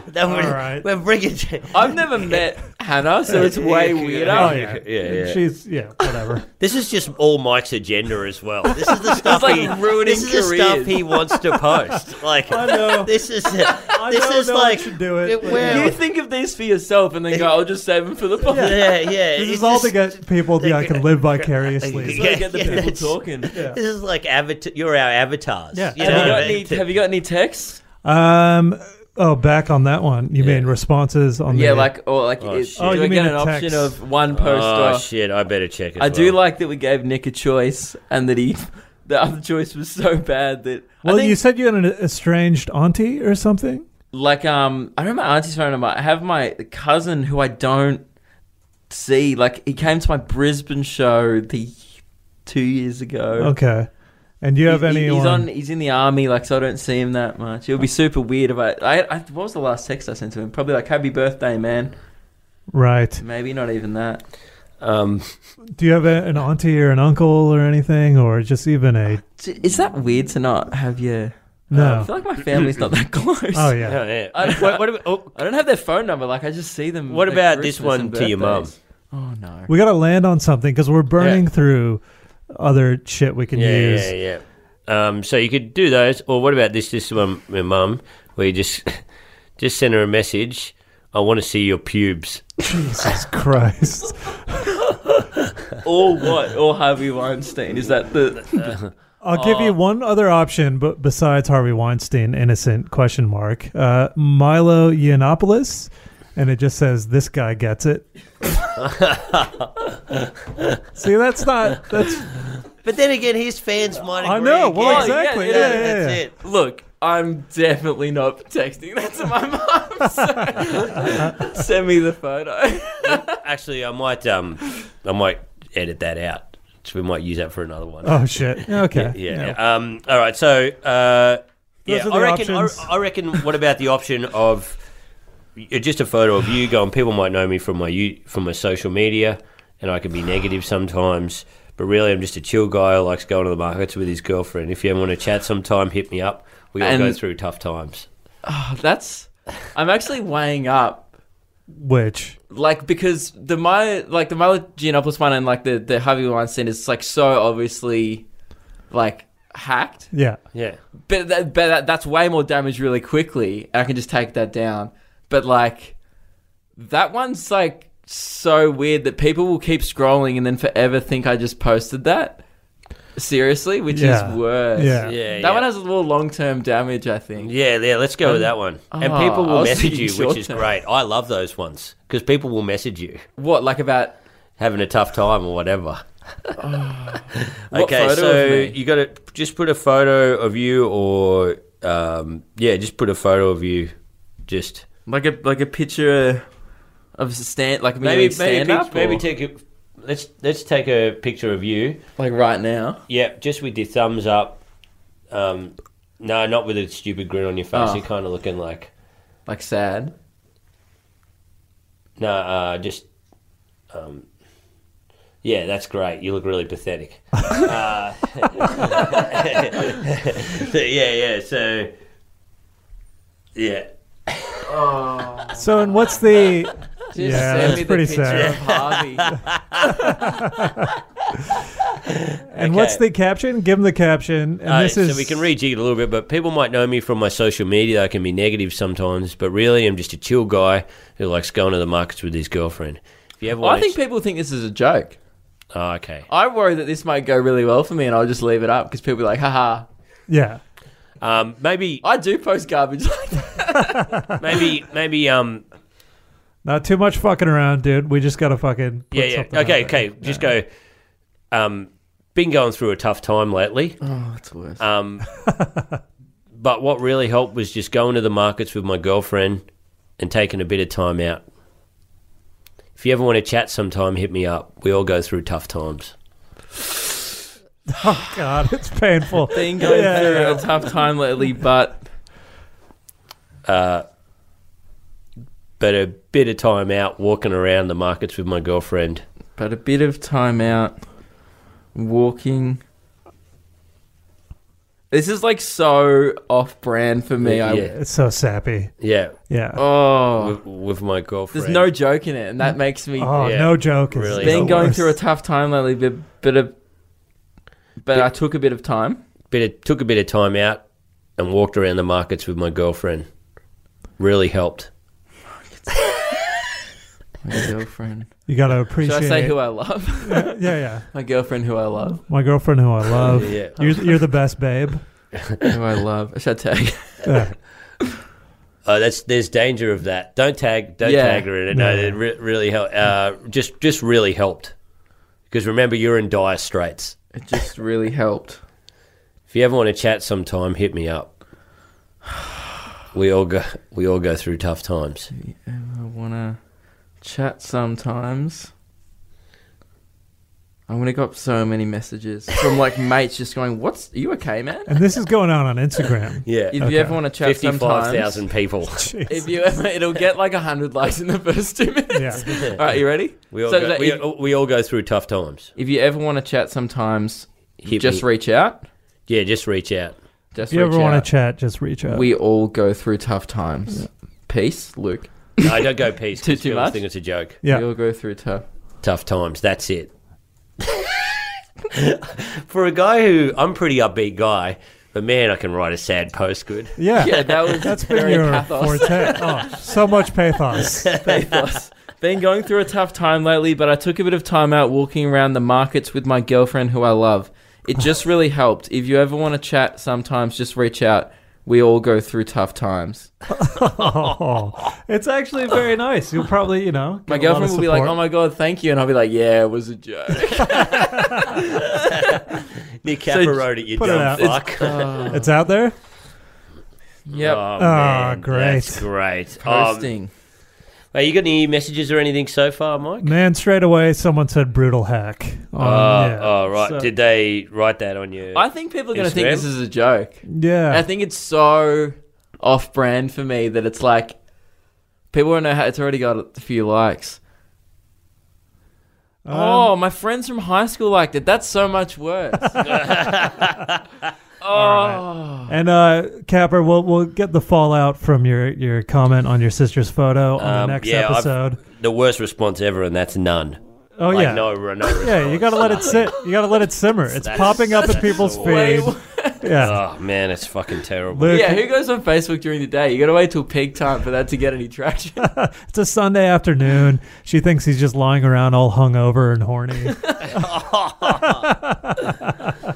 That
All
we're,
right.
we're bringing.
I've never met Hannah, so it's way weirder.
Oh
yeah, yeah.
She's yeah, whatever.
This is just all Mike's agenda as well. This is the stuff
like
he
ruining
This is the stuff
careers.
he wants to post. Like
I know.
this is
I
this
don't
is
know
like
I should do it.
it-
but
well-
You think of these for yourself and then go, I'll just save them for the podcast.
yeah, yeah.
This
it's
is all to
just-
get people that I can live vicariously.
Gotta
Yeah.
get the people
that's-
talking.
This is like avatar. You're our avatars.
Yeah.
You
Have,
know
you
what
got
I
any,
mean?
have you got any texts?
Um. Oh, back on that one. You mean responses on
Yeah,
the
like or like
Oh,
is,
shit.
Oh,
do
you
I
mean
get an
a
option
text.
of one post
Oh
or
shit! I better check. As
I do
well.
like that we gave Nick a choice and that he the other choice was so bad that I
Well,
think,
you said you had an estranged auntie or something.
like um I remember my auntie's phone number. I have my cousin who I don't see. Like he came to my Brisbane show the two years ago.
Okay. And do you have
He- he-
anyone?
He's on. He's in the army, like so. I don't see him that much. It would be super weird if I, I, I. What was the last text I sent to him? Probably like "Happy birthday, man."
Right.
Maybe not even that.
Um,
Do you have a, an auntie or an uncle or anything, or just even a
D- Is that weird to not have your? uh,
no?
I feel like my family's not that close.
oh yeah.
oh, yeah.
I don't-
what, what about, oh,
I don't have their phone number. Like I just see them.
What
at
about this
Christmas and
one to your mum?
birthdays. Oh no.
We gotta land on something because we're burning through other shit we can
yeah,
use.
yeah, yeah. Um, so you could do those, or what about this? This one, my mum, where you just just send her a message. I want to see your pubes.
Jesus Christ!
or what? Or Harvey Weinstein? Is that the?
I'll give you one other option, but besides Harvey Weinstein, innocent question mark, uh, Milo Yiannopoulos, and it just says this guy gets it. See, that's not that's
But then again, his fans might agree.
I know. Well,
yeah,
exactly.
yeah,
Yeah,
yeah,
yeah,
That's
yeah.
it.
Look, I'm definitely not texting that to my mum. so- send me the photo.
Actually, I might um, I might edit that out. So we might use that for another one.
Oh shit! Okay.
yeah. Um, all right. So uh, yeah,
Those are
I
the
reckon. I,
options.
I reckon. What about the option of uh, just a photo of you going? People might know me from my you from my social media. and I can be negative sometimes. But really, I'm just a chill guy who likes going to the markets with his girlfriend. If you ever want to chat sometime, hit me up. We all go
And-
through tough times.
That's. I'm actually weighing up
Which
like because the my like the Milo Giannopoulos one and like the the Harvey Weinstein is like so obviously like hacked,
yeah.
Yeah.
but that, but that, that's way more damage really quickly. And I can just take that down. But like that one's like so weird that people will keep scrolling and then forever think I just posted that. Seriously, which
Yeah.
is worse.
Yeah.
Yeah,
that
yeah.
one has a little long term damage. I think.
Yeah, yeah, let's go with that one. and
Oh,
people
I
will
was
message
thinking
you, which is
short-term.
great. I love those ones because people will message you
What like about
having a tough time or whatever.
What
okay,
photo
so
of me?
you got to just put a photo of you, or um, yeah, just put a photo of you. Just
like a like a picture of stand like me
maybe,
stand
maybe,
up
pic- maybe take a let's let's take a picture of you.
like right now.
Yeah, just with your thumbs up. Um, no, not with a stupid grin on your face.
Oh.
You're kind of looking like
Like sad.
No, uh, just, um, yeah, that's great. You look really pathetic. uh, so, yeah, yeah. So, yeah,
So and what's the
Just
Yeah,
send
that's
me the
pretty
picture
sad.
of Harvey.
and what's
Okay.
the caption? Give them the caption. And
Uh,
this is
so we can rejig it a little bit. But people might know me from my social media. I can be negative sometimes, but really, I'm just a chill guy who likes going to the markets with his girlfriend. If you ever,
I
want
think
to,
people think this is a joke.
oh, okay.
I worry that this might go really well for me, and I'll just leave it up because people be like, "Haha,
Yeah.
Um, maybe,
I do post garbage like that."
maybe, maybe. Um,
Not too much fucking around, dude. We just gotta fucking put
yeah, yeah.
something out there.
Okay, okay. Just go. Um, been going through a tough time lately.
Oh, it's worse.
Um, but what really helped was just going to the markets with my girlfriend and taking a bit of time out. If you ever want to chat sometime, hit me up. We all go through tough times.
Oh god, it's painful.
Been going
Yeah,
through
yeah.
a tough time lately, but
Uh, but a bit of time out walking around the markets with my girlfriend.
but a bit of time out, walking. This is like so off-brand for me. I,
Yeah.
It's so sappy.
Yeah,
Yeah. Oh,
Oh,
with, with my girlfriend.
there's no joke in it, and that makes me
yeah.
no joke. Mm. Oh, It's
Really.
the
been going
worst.
through a tough time lately, but but, a, but I took a bit of time.
bit of, took a bit of time out and walked around the markets with my girlfriend. Really helped.
My girlfriend.
You gotta
Should
appreciate
I say
it.
who I love?
yeah, yeah, yeah.
My girlfriend, who I love,
My girlfriend who I love.
Yeah.
You're, you're the best babe.
who Oh, I love. Should I tag?
Yeah.
Oh, that's there's danger of that. Don't tag, don't
Yeah.
tag her in it. No,
No.
it re- really helped. Uh, just, just really helped. Because remember, you're in dire straits.
It just really helped.
If you ever want to chat sometime, hit me up. We all go, we all go through tough times.
I wanna chat sometimes. I'm gonna got so many messages from like mates just going, "What's are you okay, man?
And this is going on on Instagram.
Yeah,
If
Okay.
you ever want to chat
fifty-five
sometimes,
thousand people.
Jeez.
if you ever, it'll get like hundred likes in the first two minutes.
Yeah.
All right, you ready?
We all,
So,
go,
so
we,
if-
we all go through tough times.
If you ever want to chat sometimes,
Hit
just
me.
reach out.
yeah, just reach out.
Just
If you
reach
ever want
out.
to chat, just reach out.
We all go through tough times. Peace, Luke.
No, don't go peace.
Too-
'cause
too
girls
much?
Think it's a joke.
We
yeah.
all go through tough.
Tough times. That's it. For a guy who I'm pretty upbeat guy, but man, I can write a sad post good.
Yeah.
Yeah, that was
That's been
very
your
pathos.
forte. Oh, so much pathos.
pathos. Been going through a tough time lately, but I took a bit of time out walking around the markets with my girlfriend, who I love. It just really helped. If you ever want to chat, sometimes just reach out. We all go through tough times.
Oh, it's actually very nice. You'll probably, you know,
My
get a lot of
girlfriend will be like,
support.
"Oh my god, thank you," and I'll be like, "Yeah, it was a joke."
Nick Capper
So
wrote it, you
put it
dumb
out.
fuck.
It's out there.
yep.
Oh,
great.
That's great. Um,
Posting.
hey, you got any messages or anything so far, Mike?
Man, straight away, someone said brutal hack. Oh,
Uh,
yeah.
Oh, right.
So-
Did they write that on you?
I think people are going to think
Instagram?
this is a joke. I
yeah.
think it's so off brand for me that it's like people don't know how it's already got a few likes.
Um,
oh, my friends from high school liked it. That's so much worse. oh.
And uh, Capper, we'll we'll get the fallout from your your comment on your sister's photo on
Um,
the next
yeah, I've-
episode.
The worst response ever, and that's none.
Oh
like,
yeah.
no, no response.
yeah, you gotta let it sit. You gotta let it simmer. It's
That's-
popping up in
that's
people's
the way-
feed. Yeah,
Oh man, it's fucking terrible.
Luke,
Yeah, who goes on Facebook during the day? You gotta wait till peak time for that to get any traction.
it's a Sunday afternoon. She thinks he's just lying around all hungover and horny.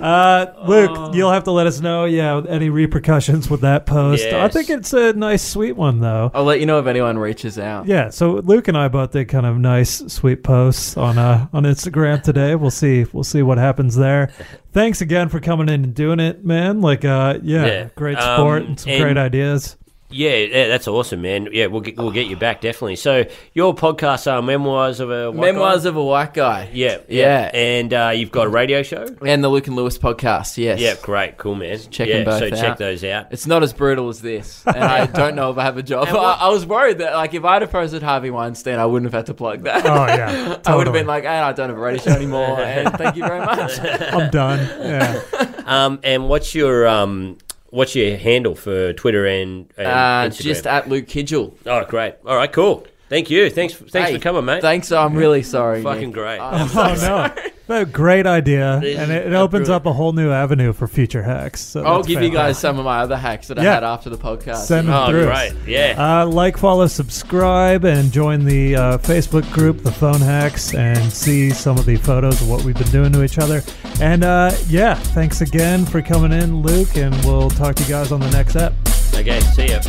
uh, Luke,
Oh.
you'll have to let us know. Yeah, any repercussions with that post? I
Yes.
think it's a nice, sweet one though.
I'll let you know if anyone reaches out.
Yeah, so Luke and I both did kind of nice, sweet posts on uh, on Instagram today. We'll see, we'll see what happens there. Thanks again for coming in and doing it, man. Like, uh, yeah,
Yeah.
great sport
Um,
and some
and-
great ideas.
Yeah, yeah, that's awesome, man. Yeah, we'll get, we'll get you back definitely. So your podcasts are memoirs of a white
Memoirs
guy?
of a White Guy.
Yeah,
Yeah.
yeah, and uh, you've got a radio show.
And the Luke and Lewis podcast, yes.
Yeah, great, cool, man.
Check
yeah,
them both
so
out.
check those out.
It's not as brutal as this, and I don't know if I have a job. I,
And what-
I was worried that, like, if I'd have posted Harvey Weinstein, I wouldn't have had to plug that.
Oh yeah,
I would have
totally.
been like, hey, I don't have a radio show anymore, and thank you very much.
I'm done. Yeah.
Um, and what's your um, what's your handle for Twitter and, and
Uh,
Instagram?
just at Luke Kidgel.
oh, great. All right, cool. Thank you. Thanks. Thanks
Hey,
for coming, mate.
Thanks, I'm really sorry.
Fucking
Nick. Um,
great.
I'm so-
oh no, But great idea,
This
and
is
it, it opens up
brilliant.
a whole new avenue for future hacks. So
I'll
that's
give you guys
fantastic.
some of my other hacks that
Yeah.
I had after the podcast.
Send them
oh,
through.
great. Yeah.
Uh, like, follow, subscribe, and join the uh, Facebook group, The Phone Hacks, and see some of the photos of what we've been doing to each other. And uh, yeah, thanks again for coming in, Luke, and we'll talk to you guys on the next app.
Ah.
okay. See ya.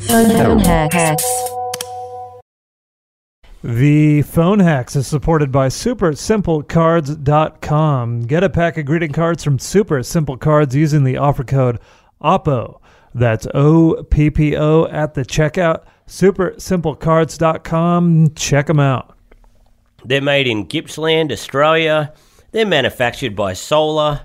Phone hacks.
The Phone Hacks is supported by supersimplecards.com. Get a pack of greeting cards from Super Simple Cards using the offer code OPPO. That's O P P O at the checkout. Supersimplecards.com. Check them out.
They're made in Gippsland, Australia. They're manufactured by Solar.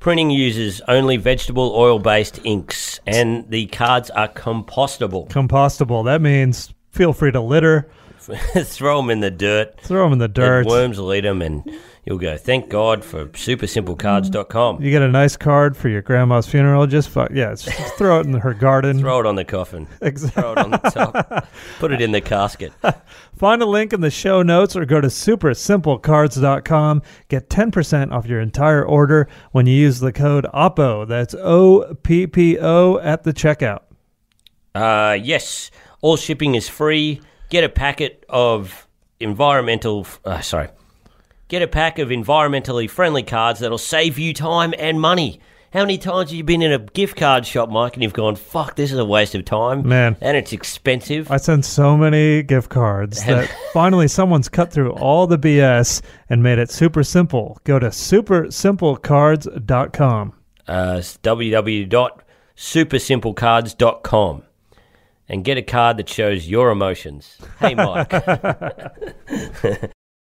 Printing uses only vegetable oil based inks, and the cards are compostable.
Compostable. That means feel free to litter,
Throw them in the dirt.
throw them in the
and
dirt.
Worms will eat them, and you'll go, thank God for supersimplecards.com.
You get a nice card for your grandma's funeral. Just fuck, yeah, just just throw it in her garden.
Throw it on the coffin.
Exactly.
Throw it on the top. Put it in the casket.
Find a link in the show notes or go to supersimplecards.com. Get 10% off your entire order when you use the code OPPO. That's O P P O at the checkout.
Uh, yes, all shipping is free. Get a packet of environmental. Uh, sorry. Get a pack of environmentally friendly cards that'll save you time and money. How many times have you been in a gift card shop, Mike, and you've gone, fuck, this is a waste of time?
Man.
And it's expensive.
I send so many gift cards that finally someone's cut through all the BS and made it super simple. Go to supersimplecards.com.
uh, it's www.supersimplecards.com and get a card that shows your emotions. Hey, Mike.